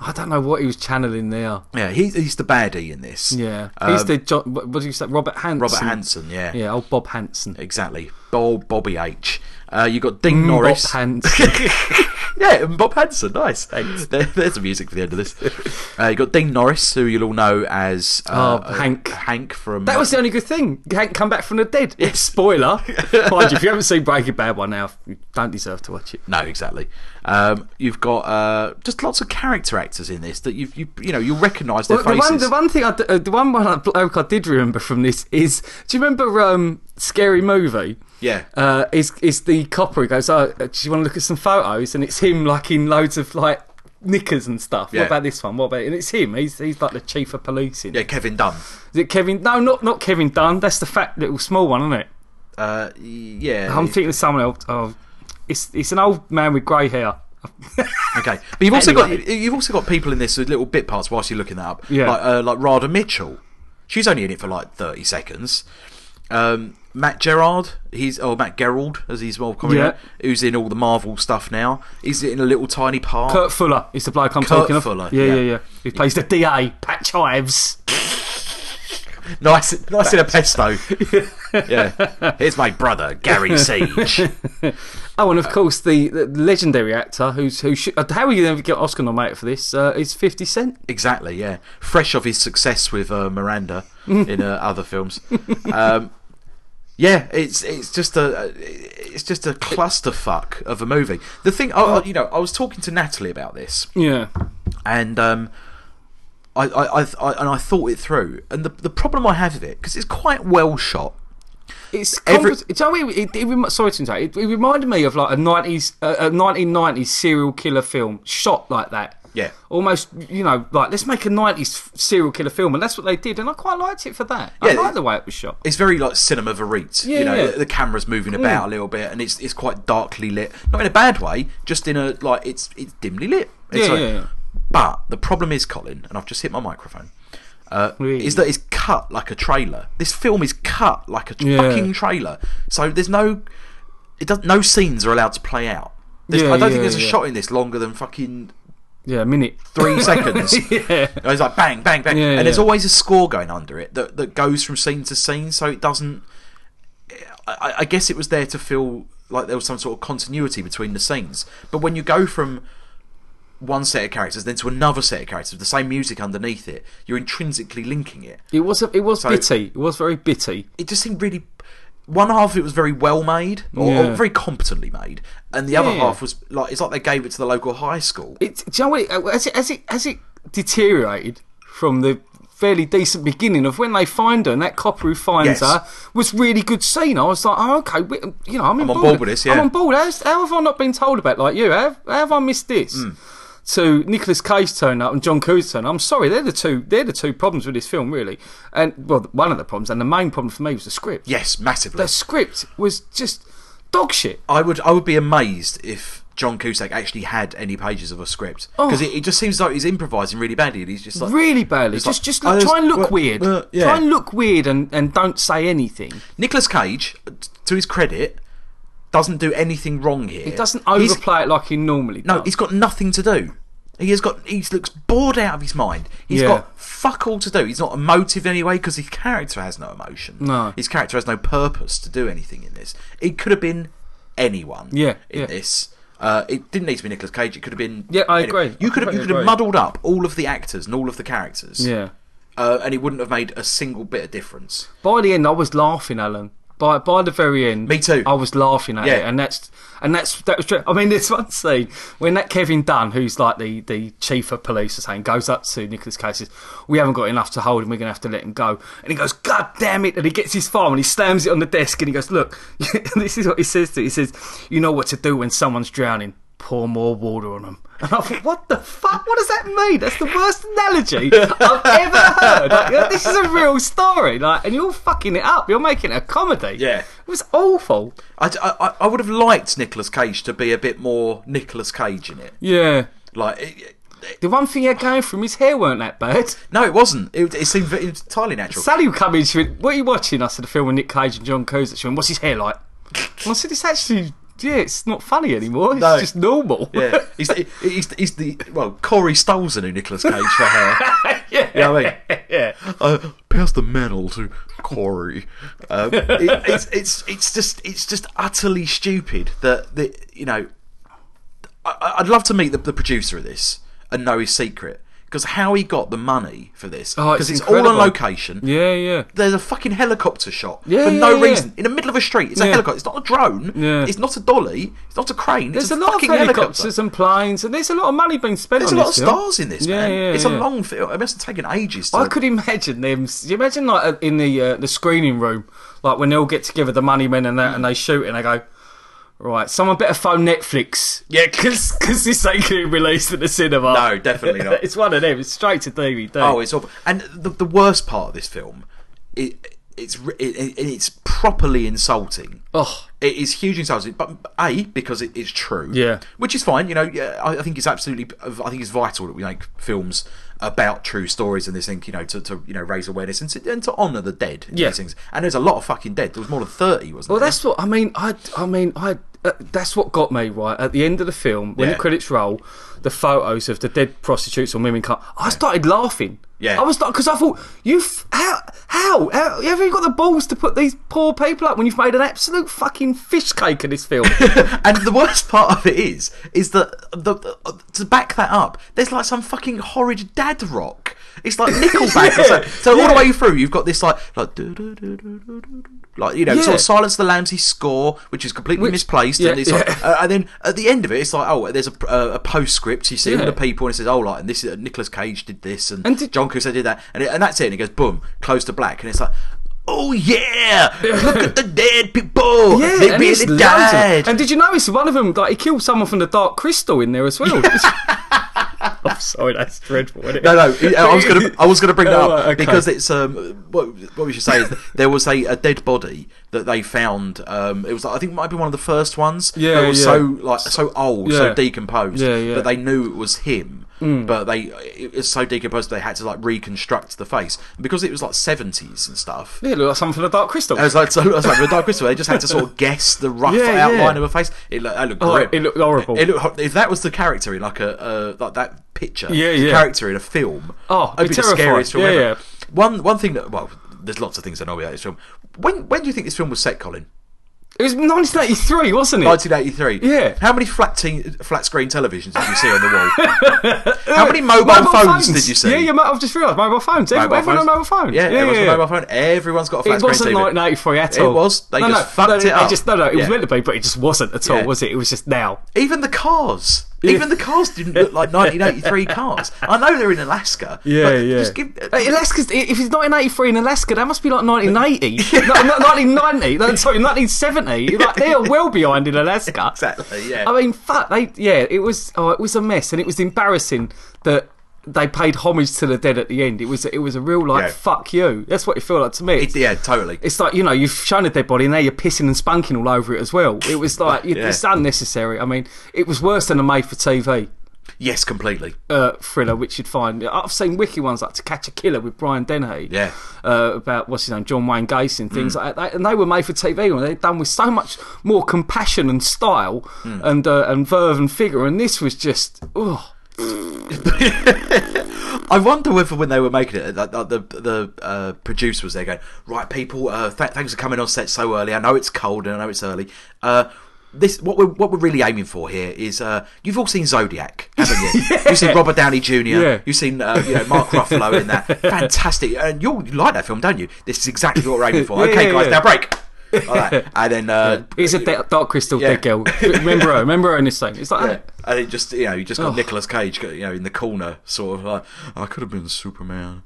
I don't know what he was channeling there. yeah, he's, he's the baddie in this. Yeah, Um, he's the John, what what do you say, Robert Hanson? Robert Hanson, yeah. Yeah, old Bob Hanson. Exactly. Bob, Bobby H. Uh, you got Ding Mm, Norris. Bob Hanson. yeah, and Bob Hanson. Nice. There, there's the music for the end of this. Uh, you got Ding Norris, who you'll all know as uh, Oh, uh, Hank. Hank from. That was the only good thing. Hank come back from the dead. Spoiler. Mind you, if you haven't seen Breaking Bad by now, you don't deserve to watch it. No, exactly. Um, you've got uh, just lots of character actors in this that you've, you you know you'll recognise their Well, the, one, faces. the one thing, I, d- uh, the one one I, bloke I did remember from this is, do you remember um, Scary Movie? Yeah. Uh, is is the copper who goes, oh, uh, do you want to look at some photos? And it's him, like in loads of like knickers and stuff. Yeah. What about this one? What about? And it's him. He's he's like the chief of policing. yeah, Kevin Dunn. Is it Kevin? No, not not Kevin Dunn. That's the fat little small one, isn't it? Uh, yeah. I'm thinking of someone else. Oh, it's it's an old man with grey hair. Okay, but you've also Anyway. got you- you've also got people in this with little bit parts whilst you're looking that up. Yeah. like, uh, like Rada Mitchell, she's only in it for like thirty seconds. Um, Matt Gerard, he's or Matt Gerald as he's more commonly Yeah. known, who's in all the Marvel stuff now. He's in a little tiny part. Kurt Fuller is the bloke I'm Kurt talking Fuller, of. Yeah, yeah, yeah. yeah, He plays the DA, Patch Hives. Nice, nice in a pesto. yeah, here's my brother Gary Sage. Oh, and of course the, the legendary actor who's who. Should, uh, how are you going to get Oscar nominated for this? Uh, is Fifty Cent? Exactly, yeah. Fresh off his success with uh, Miranda in uh, other films. Um, yeah, it's it's just a it's just a clusterfuck of a movie. The thing, I, I- you know, I was talking to Natalie about this, Yeah, and um, I, I, I, I and I thought it through. And the the problem I have with it because it's quite well shot. it's. Every- compos- do you know, it, it, it, rem- sorry to interrupt. It, it reminded me of like a nineties, uh, a nineteen nineties serial killer film shot like that. Yeah. almost. You know, like let's make a nineties serial killer film, and that's what they did, and I quite liked it for that. I Yeah. liked the way it was shot. It's very like cinema verite. Yeah, you know, yeah. the, the camera's moving about a little bit, and it's it's quite darkly lit. Not in a bad way, just in a like it's it's dimly lit. It's Yeah, like- yeah, yeah. But the problem is, Colin, and I've just hit my microphone. Uh, Really? is that it's cut like a trailer? This film is cut like a Yeah. fucking trailer. So there's no, it does no scenes are allowed to play out. There's, Yeah, I don't yeah, think there's a yeah. shot in this longer than fucking Yeah, a minute. three seconds. And It's like bang, bang, bang, Yeah, and there's yeah. always a score going under it that that goes from scene to scene, so it doesn't. I, I guess it was there to feel like there was some sort of continuity between the scenes, but when you go from one set of characters then to another set of characters with the same music underneath it, you're intrinsically linking it. It was a, it was So- bitty. It was very bitty. It just seemed really. One half of it was very well made, or, or Yeah. very competently made, and the other Yeah. half was like it's like they gave it to the local high school. uh, It, do you know what? It, as it as it as it deteriorated from the fairly decent beginning of when they find her and that copper who Yes. finds her was really good scene. I was like, oh, okay, we, you know, I'm, on board with this, yeah. I'm on board. How's, how have I not been told about like you? How, have- how have I missed this? Hmm. So Nicholas Cage turned up and John Coo's turned up. I'm sorry, they're the two. They're the two problems with this film, really. And well, one of the problems, and the main problem for me was the script. Yes, massively. The script was just dog shit. I would I would be amazed if John Cusack actually had any pages of a script Oh. because it, it just seems like he's improvising really badly and he's just like really badly. it's Just, like, just oh, look, try and look well, weird. well, uh, yeah. Try and look weird and, and don't say anything. Nicholas Cage, uh, to his credit, doesn't do anything wrong here. He doesn't He's- overplay it like he normally no, does. he's got nothing to do. He has got. He looks bored out of his mind. He's Yeah. got fuck all to do. He's not emotive anyway because his character has no emotion. No. his character has no purpose to do anything in this. It could have been anyone. Yeah, in yeah. this. Uh, it didn't need to be Nicolas Cage. It could have been. Yeah, I anyone. agree. You I could have you completely could have agree. muddled up all of the actors and all of the characters. Yeah. uh, and it wouldn't have made a single bit of difference. By the end, I was laughing, Alan. By by the very end, Me too. I was laughing at Yeah. it, and that's and that's that was true. I mean, there's one scene when that Kevin Dunn, who's like the, the chief of police, or something, goes up to Nicholas Cage, says, "We haven't got enough to hold him. We're gonna have to let him go." And he goes, "God damn it!" And he gets his farm and he slams it on the desk, and he goes, "Look, this is what he says to. It. He says, you know what to do when someone's drowning." Pour more water on them. And I thought, what the fuck? What does that mean? That's the worst analogy I've ever heard. Like, this is a real story, like, and you're fucking it up. You're making it a comedy. Yeah. It was awful. I, I, I would have liked Nicolas Cage to be a bit more Nicolas Cage in it. Yeah. Like, it, it, The one thing he had going for him, his hair weren't that bad. no, it wasn't. It, it seemed ve- entirely natural. Sally would come in, she went, What are you watching? I said, the film with Nick Cage and John Cusack. She went, What's his hair like? And I said, It's actually, yeah, it's not funny anymore. It's No. just normal. yeah, he's, he- he's, he's the well Corey Stoll's the new Nicolas Cage for hair. yeah, you know what I mean, yeah. uh, pass the mantle to Corey. Um, it, it's it's it's just it's just utterly stupid that the you know. I, I'd love to meet the, the producer of this and know his secret because how he got the money for this Oh, it's because it's, all on incredible. location. Yeah, yeah. there's a fucking helicopter shot Yeah, for yeah, no yeah. reason in the middle of a street. It's a Yeah. helicopter. It's not a drone. Yeah. It's not a dolly. It's not a crane. There's it's a, a lot of fucking helicopters helicopter. and planes, and there's a lot of money being spent There's a on lot of this film. stars in this, Yeah, man. yeah, it's yeah. a long film. It must have taken ages. To... I could imagine them. You imagine like uh, in the uh, the screening room, like when they all get together, the money men and that, and they shoot and they go, right, someone better phone Netflix. Yeah, because this ain't getting released at the cinema. No, definitely not. it's one of them. It's straight to DVD. Oh, it's awful. And the, the worst part of this film, it, it's re- it, it, it's properly insulting. Oh. It is huge insulting, but a because it is true. Yeah. which is fine. You know, yeah, I, I think it's absolutely. I think it's vital that we make films about true stories and this thing. You know, to, to you know raise awareness and to, and to honour the dead. in Yeah. these things. And there's a lot of fucking dead. There was more than thirty, wasn't Well, there? that's what I mean. I, I mean, I. Uh, that's what got me right at the end of the film when Yeah. the credits roll. The photos of the dead prostitutes or women. Car- I started laughing. Yeah. I was like, because I thought you f- how how how have you got the balls to put these poor people up when you've made an absolute fucking fish cake of this film? and the worst part of it is, is that the, the- to back that up, there's like some fucking horrid dad rock. It's like Nickelback. or Yeah, something. So all the yeah. way through, you've got this like like do, do, do, do, do, do, like you know Yeah. sort of Silence of the Lambsy score, which is completely Which- misplaced. and, yeah, it's like, yeah. uh, and then at the end of it, it's like oh, there's a, uh, a postscript. You see all Yeah. the people, and it says oh, like and this is uh, Nicholas Cage did this, and, And did- John Cusack did that, and, it, and that's it. And it goes boom, close to black, and it's like. Oh yeah! Look at the dead people. Yeah, they and it's really loads of them. died. And did you notice one of them? Like he killed someone from the Dark Crystal in there as well. I'm sorry, that's dreadful. Isn't it? No, no. it- I was gonna, I was gonna bring that up Oh, right, okay. because it's um, what, what we should say is there was a, a dead body that they found. Um, it was like, I think it might be one of the first ones. but Yeah, It was yeah. so like so old, so Yeah. decomposed Yeah, yeah. Mm. that they knew it was him. But they it was so decomposed they had to like reconstruct the face and because it was like seventies and stuff. Yeah, it looked like someone from the Dark Crystal. I was like, so, I was like, with Dark Crystal, they just had to sort of guess the rough Yeah, yeah. outline of a face. It looked, that looked Oh, grim. it looked horrible. It looked, hor- if that was the character in like a uh, like that picture, Yeah, the yeah. character in a film. Oh, that'd be it'd the be terrifying. scariest film Yeah, ever. yeah. One one thing that well, there's lots of things I know about this film. When when do you think this film was set, Colin? It was 1983, wasn't it? Oh, 1983. Yeah. How many flat te- flat screen televisions did you see on the wall? How many mobile, phones, did you see? Yeah, yeah, I've just realised mobile phones. Every- Mobile everyone phones. on mobile phones. Yeah, everyone's on yeah. mobile phone. Everyone's got a flat It screen wasn't TV. like 93 at It all. was. They no, just no, fucked no, it they up. Just, no, no, it Yeah. was meant to be, but it just wasn't at all, Yeah. was it? It was just now. Even the cars. Even the cars didn't look like 1983 cars. I know they're in Alaska. Yeah, but yeah. Just give, Uh, Alaska's, i- if it's 1983 in Alaska, that must be like 1980. no, not 1990. No, sorry, 1970. Like, they are well behind in Alaska. exactly. Yeah. I mean, fuck. They, yeah, it was. Oh, it was a mess, and it was embarrassing that they paid homage to the dead at the end. It was. It was a real like Yeah. fuck you. That's what it felt like to me. It- yeah, totally. it's like you know you've shown a dead body and now you're pissing and spunking all over it as well. It was like you Yeah. it's unnecessary. I mean, it was worse than a made for TV yes, completely. uh, thriller, which you'd find. I've seen wiki ones like To Catch a Killer with Brian Dennehy. Yeah. Mm. Uh, about what's his name, John Wayne Gacy, and things like that. And they were made for TV, and they're done with so much more compassion and style, Mm. and uh, and verve and figure. And this was just, oh, I wonder whether when they were making it, that, that the the uh, producer was there going, right, people, uh, th- thanks for coming on set so early. I know it's cold and I know it's early. Uh, this what we're what we're really aiming for here is uh, you've all seen Zodiac, haven't you? You've seen Robert Downey Jr. Yeah. You've seen uh, you know Mark Ruffalo in that fantastic, and you all like that film, don't you? This is exactly what we're aiming for. Yeah, okay, yeah, guys, yeah. now break. Like that. and then uh, it's a de- Dark Crystal Yeah. dead girl. Remember her? Remember her in this thing? It's like. yeah. And it just you know you Oh. just got Nicolas Cage you know in the corner sort of like I could have been Superman.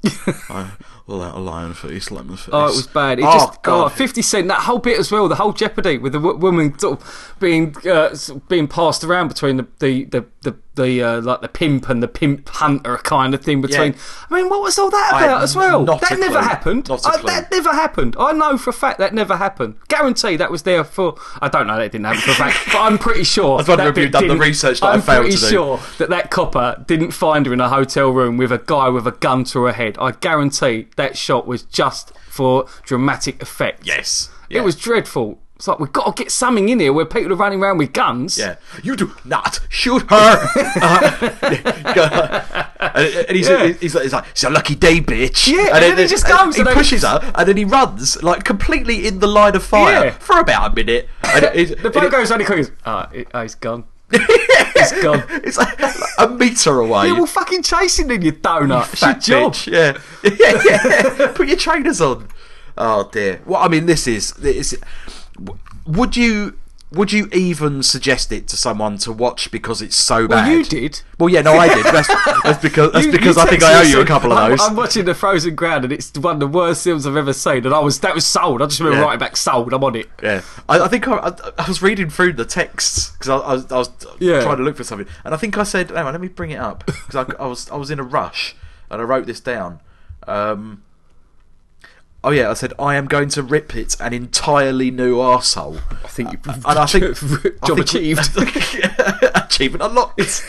I let a lion face, lemon face. Oh, it was bad. It oh just oh, god. 50 Cent, that whole bit as well, the whole Jeopardy with the w- woman sort of being uh, sort of being passed around between the the the, the, the uh, like the pimp and the pimp hunter kind of thing between. Yeah. I mean, what was all that I had about as well? not That a never clue. happened. Not a I- clue. that never happened. I know for a fact that never happened. Guarantee that was there for. I don't know that it didn't happen for a fact, but I'm pretty sure. That's why that we've bit done the didn't- research that I I'm failed pretty to do. sure that that copper didn't find her in a hotel room with a guy with a gun to her head. I guarantee that shot was just for dramatic effect. yes. It was dreadful. It's like, we've got to get something in here where people are running around with guns. Yeah, you do not shoot her. Uh, and and he's, Yeah. he's, like, he's like, "It's a lucky day, bitch." Yeah, and then he just goes He and then- pushes her, and then he runs like completely in the line of fire Yeah. for about a minute. And it- it- The and bloke it- goes running quick. and goes, Ah, it- oh, he's gone. he's gone. it's like a meter away. They were fucking chasing in your donut. It's your fat job. bitch. Yeah, yeah, yeah. Put your trainers on. Oh dear. Well, I mean, this is this. Would you would you even suggest it to someone to watch because it's so Well, bad? you did. Well, yeah, no, I did. That's, that's because that's You- because you I think texted I owe us you a and- couple of I'm- those. I'm, watching the Frozen Ground, and it's one of the worst films I've ever seen. And I was that was sold. I just remember Yeah. writing back sold. I'm on it. yeah, I, I think I, I, I was reading through the texts because I, I was, I was Yeah. trying to look for something, and I think I said, "Hang on, let me bring it up," because I, I was I was in a rush and I wrote this down. Um, oh yeah, I said I am going to rip it an entirely new arsehole. I think you And I think I job think- achieved. achievement unlocked.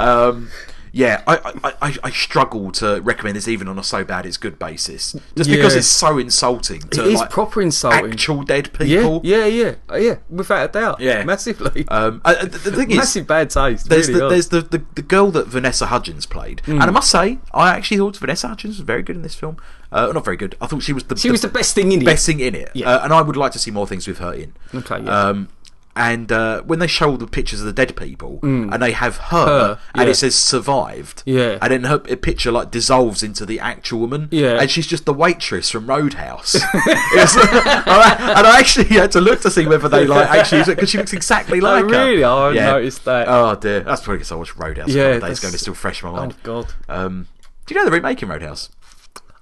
um, yeah, I, I, I, I struggle to recommend this even on a so bad it's good basis, just because Yeah. it's so insulting. To, It is like, proper insulting. Actual dead yeah, people. yeah, yeah, Uh, yeah, without a doubt. Yeah. massively. Um, I- I- the, the thing is, Massive bad taste. there's really Hmm. the, are. there's the, the, the girl that Vanessa Hudgens played, and I must say, I actually thought Vanessa Hudgens was very good in this film. Uh, not very good. I thought she was the she was the best thing in it. best thing in it, Yeah. uh, and I would like to see more things with her in. Okay, yeah. Um, and uh, when they show all the pictures of the dead people, and they have her, Mm. Her, and yeah. it says survived, Yeah. and then her p- picture like dissolves into the actual woman, Yeah. and she's just the waitress from Roadhouse. It was- and I actually had to look to see whether they like actually because she looks exactly like her. really? Oh, I noticed that. Oh dear, that's probably because I watched Roadhouse. Yeah, Yeah, a couple of days that's- ago, and it's still fresh in my oh mind. god, Um, do you know they're remaking Roadhouse?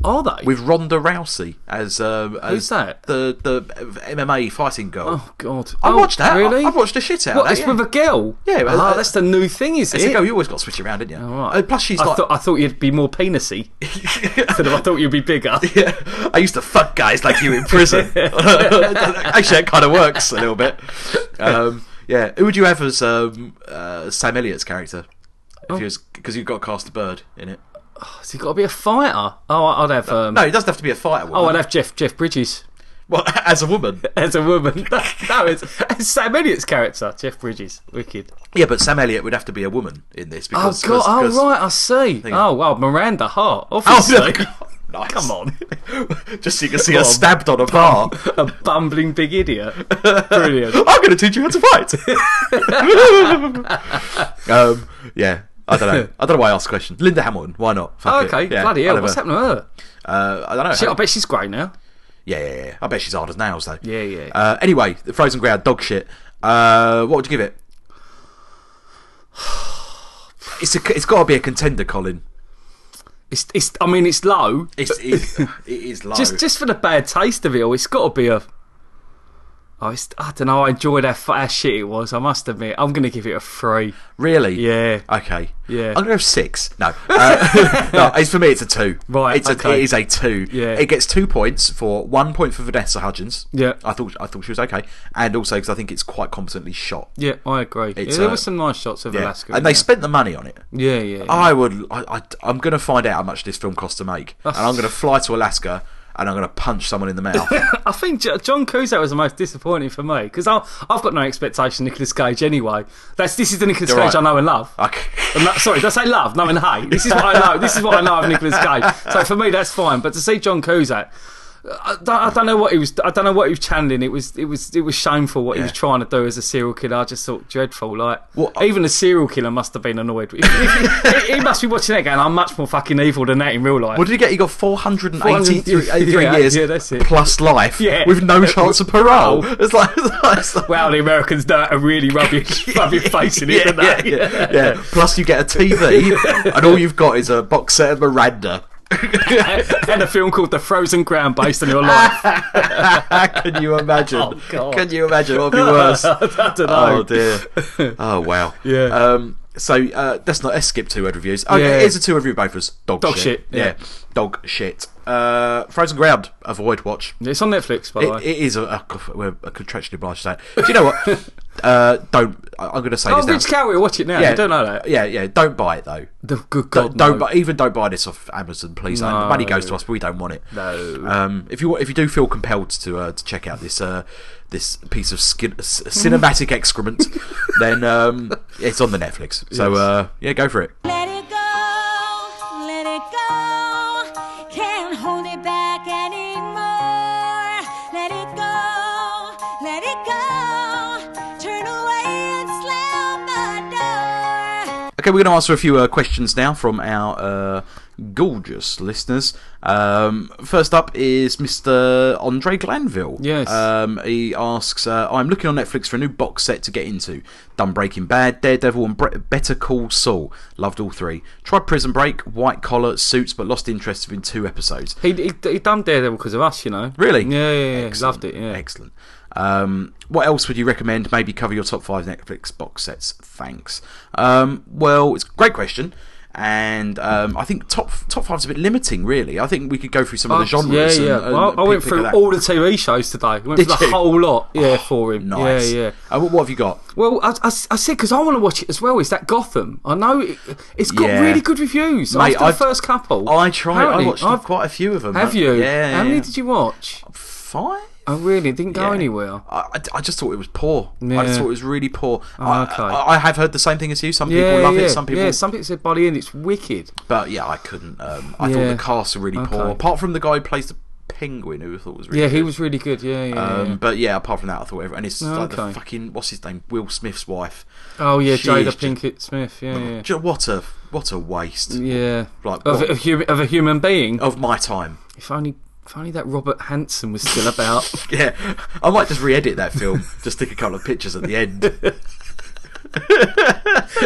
are they? with Ronda Rousey as um, as Who's that? the the MMA fighting girl. oh god, I Oh, watched that. Really? I, have watched the shit out What? of It's that. with yeah. a girl. Yeah, well, Ah, uh, that's the new thing, is It's it? a girl. You always got to switch around, didn't you? All Oh, right. Uh, Plus, she's I like. thought I thought you'd be more penisy. Instead of I thought you'd be bigger. I used to fuck guys like you in prison. Actually, that kind of works a little bit. Um, yeah, who would you have as um, uh, Sam Elliott's character? Oh. If he was because you've got to cast a bird in it. Has he got to be a fighter? Oh, I'd have. Um, No, it doesn't have to be a fighter. Oh, I'd woman. have Jeff Jeff Bridges well, as a woman. as a woman. no, it's, it's Sam Elliott's character, Jeff Bridges. Wicked. Yeah, but Sam Elliott would have to be a woman in this Oh because. god! 'cause- Oh 'cause- right, I see. on. Oh well, Miranda Hart, Oh, obviously. nice. Come on, Just so you can see Come her on. stabbed on a bar. a bumbling big idiot. Brilliant. I'm going to teach you how to fight. um, yeah, I don't know. I don't know why I asked the question. Linda Hamilton, why not? Fuck Okay, it. Yeah, bloody I hell! don't What's know. happened to her? Uh, I don't know. Shit, I bet she's grey now. yeah, yeah, yeah. I bet she's hard as nails though. Yeah, yeah. Uh, anyway, the Frozen Ground, dog shit. Uh, what would you give it? It's a, it's got to be a contender, Colin. It's, it's I mean it's low. It's, it's it is low. Just just for the bad taste of it all, it's got to be a. Oh, it's, I don't know. I enjoyed how, f- how shit it was. I must admit, I'm going to give it a three. Really? Yeah. Okay. Yeah. I'm gonna go six. No. Uh, no. It's for me. It's a two. Right, It's a, okay. it is a two. Yeah. It gets two points for one point for Vanessa Hudgens. Yeah. I thought I thought she was okay, and also because I think it's quite competently shot. Yeah, I agree. It's, Yeah, there uh, were some nice shots of Yeah. Alaska. in and they there. spent the money on it. yeah, yeah. yeah. I would. I, I, I'm going to find out how much this film costs to make, and I'm going to fly to Alaska and I'm going to punch someone in the mouth. I think Jo- John Cusack was the most disappointing for me because I've got no expectation of Nicolas Cage anyway. That's this is the Nicolas You're Cage right. I know and love. okay. And that- sorry, did I say love? No, and hate. This is what I know. This is what I know of Nicolas Cage. So for me, that's fine. But to see John Cusack, I don't, I don't know what he was. I don't know what he was channeling. It was. It was. It was shameful what he Yeah. was trying to do as a serial killer. I just thought dreadful. Like Well, I- even a serial killer must have been annoyed. he, he must be watching that going. I'm much more fucking evil than that in real life. What did he get? He got 483 Yeah, years yeah, that's it. plus life Yeah. Oh. with no chance of parole. Parole. It's like, it's like- it's like- wow, the Americans know how to really rub your, rub your face in it, yeah, yeah, don't they? yeah, yeah. Plus, you get a TV, and all you've got is a box set of Miranda. and a film called The Frozen Ground based on your life. Can you imagine? Oh, God. Can you imagine? What would be worse? I don't know. Oh dear. Oh wow. Yeah. Um. So uh, that's not. Let's skip two word reviews. Okay, Yeah. here's a two word review both of us. Dog, Dog shit, yeah. Dog shit. Uh, Frozen Ground. Avoid watch. It's on Netflix, by the It, way. it is a, a, we're a contractually obliged to say. it. Do you know what? uh, don't. I- I'm going to say oh, this now. Rich Cowell, watch it now. You don't know that. Yeah, yeah. Don't buy it though. The good Don't, God, don't no. buy, even don't buy this off Amazon, please. No. The money goes to us, but we don't want it. No. Um, if you wa- if you do feel compelled to uh, to check out this uh, this piece of skin, s- cinematic excrement, then um, it's on the Netflix. So uh, yeah, go for it. Let it go, let it go. Can't hold it back anymore. Let it go, let it go. Turn away and slam the door. Okay, we're going to answer a few uh, questions now from our uh, gorgeous listeners. Um, first up is Mr. Andre Glanville. Yes. Um, he asks uh, I'm looking on Netflix for a new box set to get into. Done Breaking Bad, Daredevil, and Bre- Better Call Saul. Loved all three. Tried Prison Break, White Collar, Suits, but lost interest within two episodes. He, he, he done Daredevil because of us, you know. Really? Yeah, yeah, yeah. Excellent. Loved it, yeah. Excellent. Um, what else would you recommend? Maybe cover your top five Netflix box sets. Thanks. Um, well, it's a great question. And um, I think top top five's a bit limiting, really. I think we could go through some of the genres. Yeah, yeah. and- and Well, I pick- went pick through that. all the TV shows today. Went Did through the you? Oh, whole lot, yeah, for him. Nice. Yeah, yeah. And what, what have you got? Well, I, I, I said because I want to watch it as well. Is that Gotham? I know it, it's got Yeah. really good reviews Mate, after I've- the first couple. I tried. I Apparently, watched I've- quite a few of them. Have you? Yeah. How many did you watch? Five. I really it didn't go Yeah. anywhere. I, I- I just thought it was poor. I Yeah. Oh, just thought it was really poor. I, okay. I, I have heard the same thing as you. Some Yeah, people love yeah. it. Some people yeah. Some people said by the end it's wicked. But yeah, I couldn't. Um, I Yeah. thought the cast were really poor. Okay. Apart from the guy who plays the penguin, who I thought was really Yeah, he good. was really good. Yeah, yeah. Um, yeah. But yeah, apart from that, I thought everyone. And it's Oh, like okay. the fucking what's his name, Will Smith's wife. Oh yeah, she Jada is just- Pinkett Smith. Yeah, yeah. Ju- What a what a waste yeah. Like of, what? of, hu- of a human being. of my time. If only, if only that Robert Hanson was still about. Yeah, I might just re-edit that film. just stick a couple of pictures at the end. a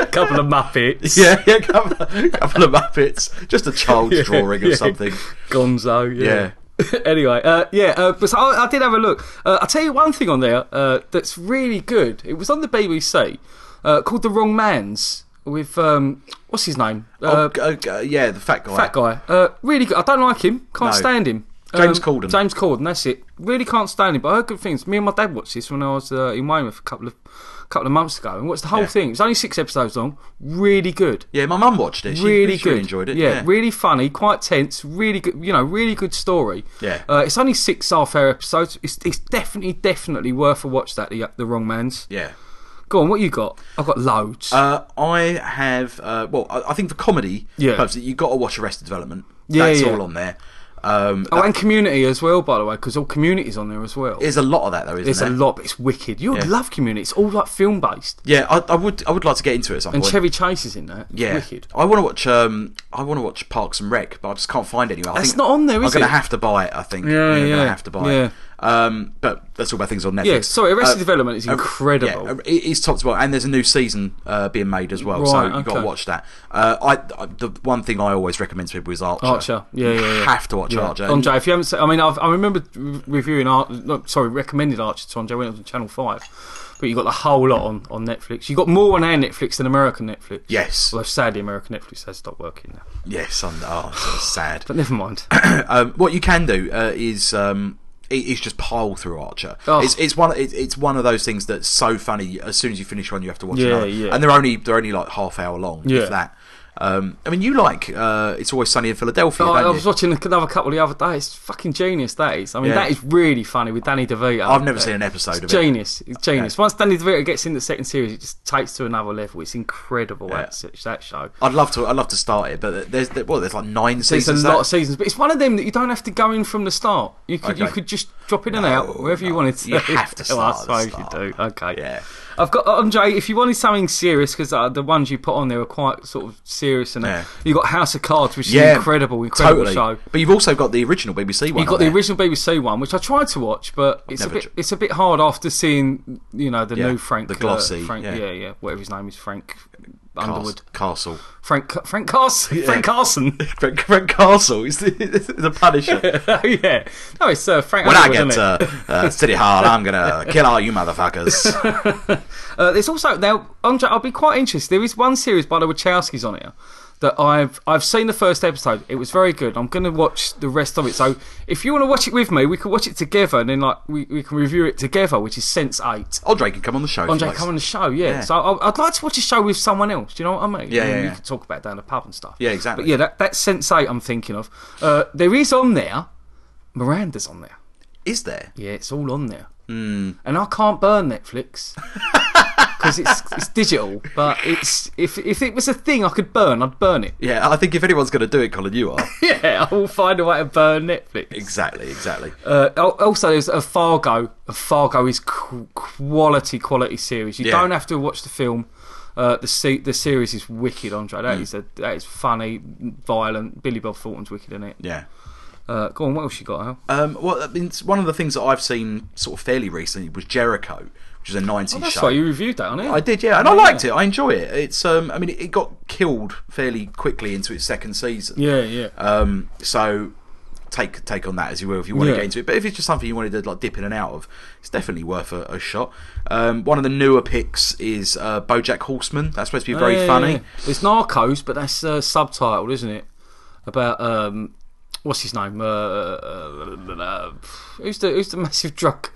couple of Muppets. yeah, yeah, couple, couple of Muppets, just a child's drawing or yeah. Uh, something. Gonzo. Yeah. Yeah. anyway, uh, yeah, uh, but so I, I did have a look. Uh, I'll tell you one thing on there uh, that's really good. It was on the BBC uh, called The Wrong Man's with, um, what's his name? Uh, oh, g- oh, g- yeah, the fat guy. Fat guy. Uh, really good. I don't like him. Can't No. stand him. Um, James Corden. James Corden. That's it. Really can't stand him. But I heard good things. Me and my dad watched this when I was uh, in Weymouth a couple of couple of months ago, and watched the whole Yeah. thing. It was only six episodes long. Really good. Yeah, my mum watched it. She Really she good. really enjoyed it. Yeah, yeah. really funny. Quite tense. Really good. You know, really good story. Yeah. Uh, it's only six half-hour episodes. It's, it's definitely, definitely worth a watch. That the, the wrong man's. yeah. Go on. What you got? I've got loads. Uh, I have. Uh, well, I, I think for comedy, Yeah. purposes, you got to watch Arrested Development. Yeah, That's yeah. all on there. Um, oh, and Community as well, by the way, because all Community's on there as well. there's a lot of that though, isn't There's there? a lot, but it's wicked. You would Yeah. love Community. It's all like film based, Yeah, I, I would. I would like to get into it at some and point. Chevy Chase is in that. It's yeah, wicked. I want to watch. Um, I want to watch Parks and Rec, but I just can't find it anywhere. I That's think not on there, is I'm it? gonna have to buy it. I think. Yeah, I'm yeah, gonna have to buy yeah. it. Um, but that's all about things on Netflix. Yeah, sorry, Arrested Development is uh, incredible. Yeah, it- it's top to bottom, and there's a new season uh, being made as well, so Right, you've got to okay. watch that. Uh, I, I the one thing I always recommend to people is Archer. Archer, yeah, yeah, yeah. You have to watch Yeah. Archer. Andre, if you haven't, seen, I mean, I've, I remember re- reviewing Archer. No, sorry, recommended Archer to Andre when it was on Channel Five. But you got the whole lot on, on Netflix. You got more on our Netflix than American Netflix. Yes, Although sadly, American Netflix has stopped working now. yes, I'm, oh, it's so sad. But never mind. um, what you can do uh, is um, i- is just pile through Archer. Oh. It's it's one it, it's one of those things that's so funny. As soon as you finish one, you have to watch Yeah, another, yeah. and they're only they're only like half hour long. Yeah. If that. Um, I mean, you like uh, it's always sunny in Philadelphia. Oh, don't I you? was watching another couple the other day. It's fucking genius. That is. I mean, Yeah. that is really funny with Danny DeVito. I've never seen an episode of It's it. genius. It's genius. Once Danny DeVito gets in the second series, it just takes to another level. It's incredible Yeah. Oh, that that, that show. I'd love to. I'd love to start it, but there's there, well, there's like nine There's a seasons. lot that- of seasons, but it's one of them that you don't have to go in from the start. You could you Okay. could just drop in and No, out wherever you no. wanted to. You have to Well, I start at the suppose you do. start. Okay. Yeah. I've got Andre. If you wanted something serious, because uh, the ones you put on there are quite sort of serious, and Yeah. that you got House of Cards, which is yeah, an incredible, incredible totally. show. But you've also got the original BBC one. You got on the there. original BBC one, which I tried to watch, but it's a never bit tr- it's a bit hard after seeing you know the Yeah, new Frank, the uh, glossy, Frank, yeah. yeah, whatever his name is, Frank Cast- Underwood, Castle. Frank Frank Carson, Frank Carson, Frank, Frank Castle is the, the Punisher. oh yeah, no, it's uh, Frank. when I Underwood, get isn't it? to uh, City Hall, I'm gonna kill all you motherfuckers. Uh, there's also now, Andre. I'll be quite interested. There is one series by the Wachowskis on here that I've I've seen the first episode. It was very good. I'm going to watch the rest of it. So if you want to watch it with me, we can watch it together, and then like we, we can review it together, which is Sense Eight. Andre can come on the show. if Andre he likes. come on the show, yeah. Yeah. So I, I'd like to watch a show with someone else. Do you know what I mean? Yeah, I mean, yeah, We yeah. could talk about it down the pub and stuff. Yeah, exactly. But yeah, that that Sense Eight I'm thinking of. Uh, there is on there. Miranda's on there. Is there? Yeah, it's all on there. Hmm. Mm. And I can't burn Netflix because it's it's digital. But it's if if it was a thing I could burn, I'd burn it. Yeah, I think if anyone's gonna do it, Colin, you are. Yeah, I will find a way to burn Netflix. exactly, exactly. Uh, al- also, there's a Fargo. A Fargo is qu- quality, quality series. You Yeah. don't have to watch the film. Uh, the se- the series is wicked, Andre. Hmm. That is a that is funny, violent. Billy Bob Thornton's wicked in it. Yeah. Uh, go on, what else you got? Al? Um, well, I mean, it's one of the things that I've seen sort of fairly recently was Jericho, which is a '90s Oh, That's show. why you reviewed that, on it? I did, yeah, and I liked it. I enjoy it. It's, um, I mean, it, it got killed fairly quickly into its second season. Yeah, yeah. Um, so take take on that as you will if you want Yeah. to get into it. But if it's just something you wanted to like dip in and out of, it's definitely worth a, a shot. Um, one of the newer picks is uh, BoJack Horseman. That's supposed to be very Yeah, yeah, funny. yeah. It's Narcos, but that's uh, subtitled, isn't it? About um, what's his name? Uh, uh, who's the who's the massive drug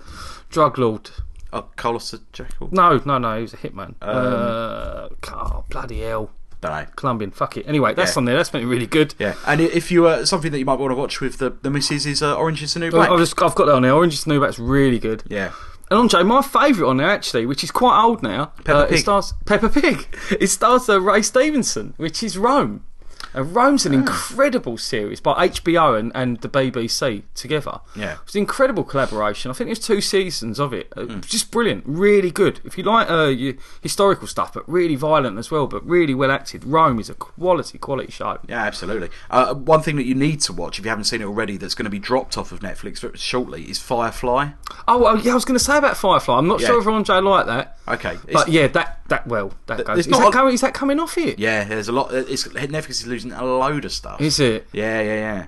drug lord? Oh, Carlos Jekyll. No, no, no. He was a hitman. uh, Um, oh, bloody hell, Don't know. Colombian. Fuck it. Anyway, that's Yeah. on there. That's been really good. Yeah, and i- if you uh, something that you might want to watch with the the missus is uh, Orange is the New I- Black. I've, just, I've got that on there. Orange is the New Black's really good. yeah, And Andre, my favourite on there actually, which is quite old now. Peppa uh, It Pig. stars Peppa Pig. It stars uh, Ray Stevenson, which is Rome. And Rome's Ah. an incredible series by HBO and, and the BBC together. Yeah. It's an incredible collaboration. I think there's two seasons of it. Hmm. Uh, Just brilliant. Really good. If you like uh, your historical stuff, but really violent as well, but really well acted, Rome is a quality, quality show. yeah, absolutely. Uh, one thing that you need to watch if you haven't seen it already, that's going to be dropped off of Netflix shortly, is Firefly. Oh, well, yeah, I was going to say about Firefly. I'm not Yeah. sure if Andre liked that. Okay, it's- But yeah, that, that well, that goes. there's Is not that, a- coming, is that coming off here? Yeah, there's a lot. uh, It's, Netflix is losing a load of stuff. Is it? Yeah, yeah,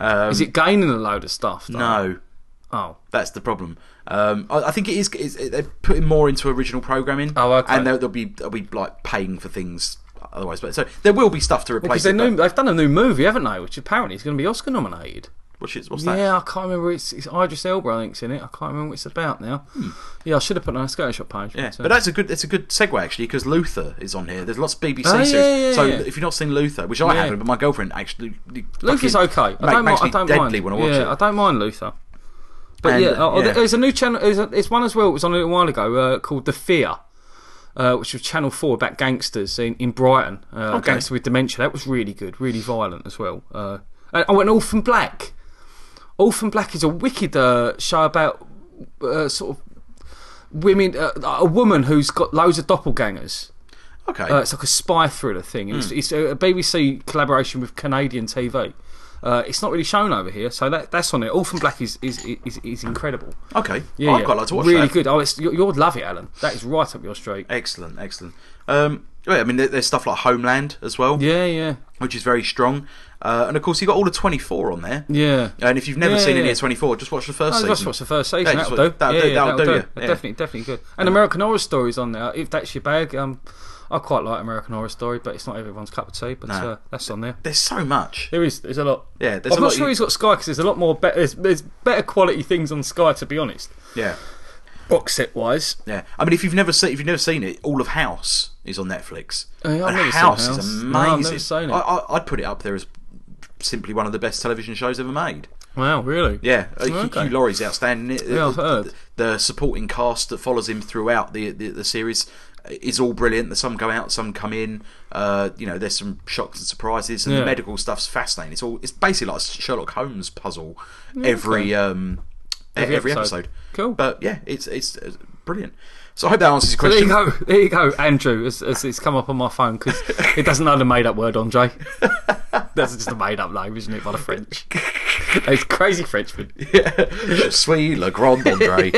yeah. Um, Is it gaining a load of stuff? Though? No, Oh. that's the problem. Um, I, I think it is. It's, it, they're putting more into original programming. Oh, okay. And they'll, they'll be they'll be like paying for things otherwise. But so there will be stuff to replace. Because they it, know but- they've done a new movie, haven't they? Which apparently is going to be Oscar nominated. What's, it- what's that? Yeah, I can't remember. It's, it's Idris Elba, I think's in it. I can't remember what it's about now. Yeah, I should have put it on a Scattershot page. Hmm. Yeah, uh, but that's a good that's a good segue actually because Luther is on here. There's lots of BBC Oh, yeah, series. yeah, so yeah. if you've not seen Luther, which I Yeah. haven't, but my girlfriend actually Luther's okay. I ma- don't, makes mind, I me don't deadly mind. want to watch yeah, it. I don't mind Luther. But And, yeah, uh, oh, yeah. there's a new channel. There's, a, there's one as well. It was on a little while ago uh, called The Fear. Uh, which was Channel Four about gangsters in, in Brighton, uh, Okay. gangster with dementia. That was really good, really violent as well. Uh, and, oh, and Orphan Black. Orphan Black is a wicked uh, show about uh, sort of women, uh, a woman who's got loads of doppelgangers. okay. Hmm. Uh, it's like a spy thriller thing. It's, it's a a BBC collaboration with Canadian TV. Uh, it's not really shown over here, so that, that's on it. Orphan Black is is, is, is incredible. Okay. Yeah, I'd yeah. quite like to watch Really that. good. Oh, it's, you, you'll love it, Alan. That is right up your street. Excellent, excellent. Um, yeah, I mean, there- there's stuff like Homeland as well, Yeah, yeah, which is very strong. Uh, and of course, you got all the 24 on there. yeah. And if you've never Yeah, seen any yeah. of 24, just watch the first Oh, season. that's what's the first season. Yeah, just that'll, what- do. that'll yeah, do, yeah, that'll do, yeah. Yeah. Definitely, definitely good. And American Horror Story's on there. If that's your bag, um, I quite like American Horror Story, but it's not everyone's cup of tea. But No. uh, that's on there. There's so much. There is. There's a lot. Yeah, there's I'm a not lot sure you- he's got Sky because there's a lot more. Be- there's, there's better quality things on Sky, to be honest. Yeah. Box set wise. Yeah, I mean, if you've never seen, if you've never seen it, all of House is on Netflix. Oh, yeah, I've And never seen House, House. is amazing. No, I've never seen it. I, I, would put it up there as simply one of the best television shows ever made. Wow, really? Yeah, uh, Hugh- okay. Hugh Laurie's outstanding. It- Yeah, I've the, heard. the supporting cast that follows him throughout the the, the series is all brilliant. Some go out, some come in. Uh, you know, there's some shocks and surprises, and Yeah. the medical stuff's fascinating. It's all it's basically like a Sherlock Holmes puzzle every um every, Every every episode. episode. Cool. But yeah, it's it's uh, brilliant. So I hope that answers your So there question. you go, there you go, Andrew. As, as it's come up on my phone because it doesn't know the made-up word, Andre. That's just a made-up name, isn't it? By the French, those crazy Frenchmen. Sweet Le Grand Andre.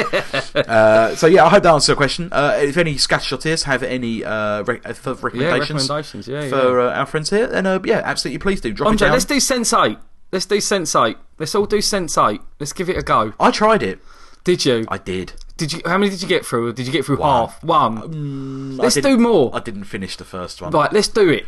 uh, so yeah, I hope that answers your question. Uh, if any scattershotters have any uh, re- uh, for recommendations, recommendations, yeah, for Uh, our friends here, then uh, yeah, absolutely, please do drop it Andre, down. let's do Sense Eight. Let's do Sense Eight. Let's all do Sense Eight. Let's give it a go. I tried it. Did you? I did. Did you? How many did you get through? Did you get through One. half? One. Mm, I let's didn't- do more. I didn't finish the first one. Right, let's do it.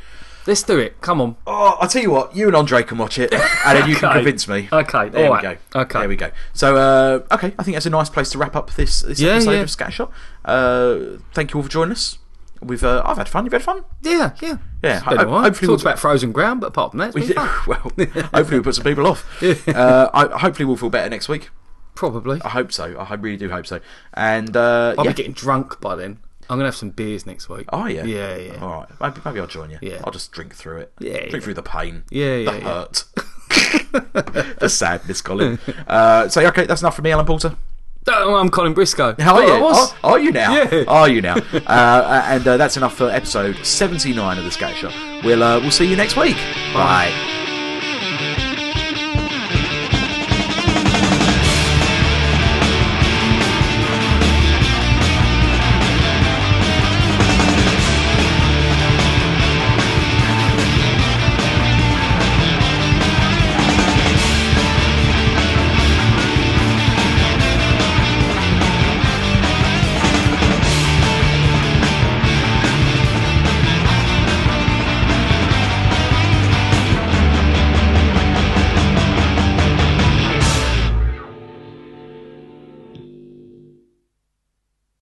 Let's do it. Come on. Oh, I'll tell you what, you and Andre can watch it, and then you can Okay. convince me. Okay, there we alright. go. Okay. there we go. So, uh, okay, I think that's a nice place to wrap up this, this Yeah, episode yeah. of Scattershot. Uh, thank you all for joining us. We've uh, I've had fun. You've had fun. Yeah, yeah. Yeah, It's been ho- all right. hopefully Talked we'll- about frozen ground, but apart from that, it's been fun. well, hopefully we put some people off. Uh, I, hopefully we'll feel better next week. probably. I hope so. I hope- really do hope so. And uh, I'll yeah. be getting drunk by then. I'm gonna have some beers next week. Oh yeah, Yeah, yeah. All right, maybe, maybe I'll join you. Yeah. I'll just drink through it. Yeah, drink yeah. through the pain. Yeah, yeah, the yeah. hurt, the sadness, Colin. Uh, so okay, that's enough for me, Alan Porter. Oh, I'm Colin Briscoe. How are Oh, you? I was. Are, are you now? Yeah. Are you now? uh, and uh, that's enough for episode seventy-nine of the Scatter Shot. We'll uh, we'll see you next week. Bye.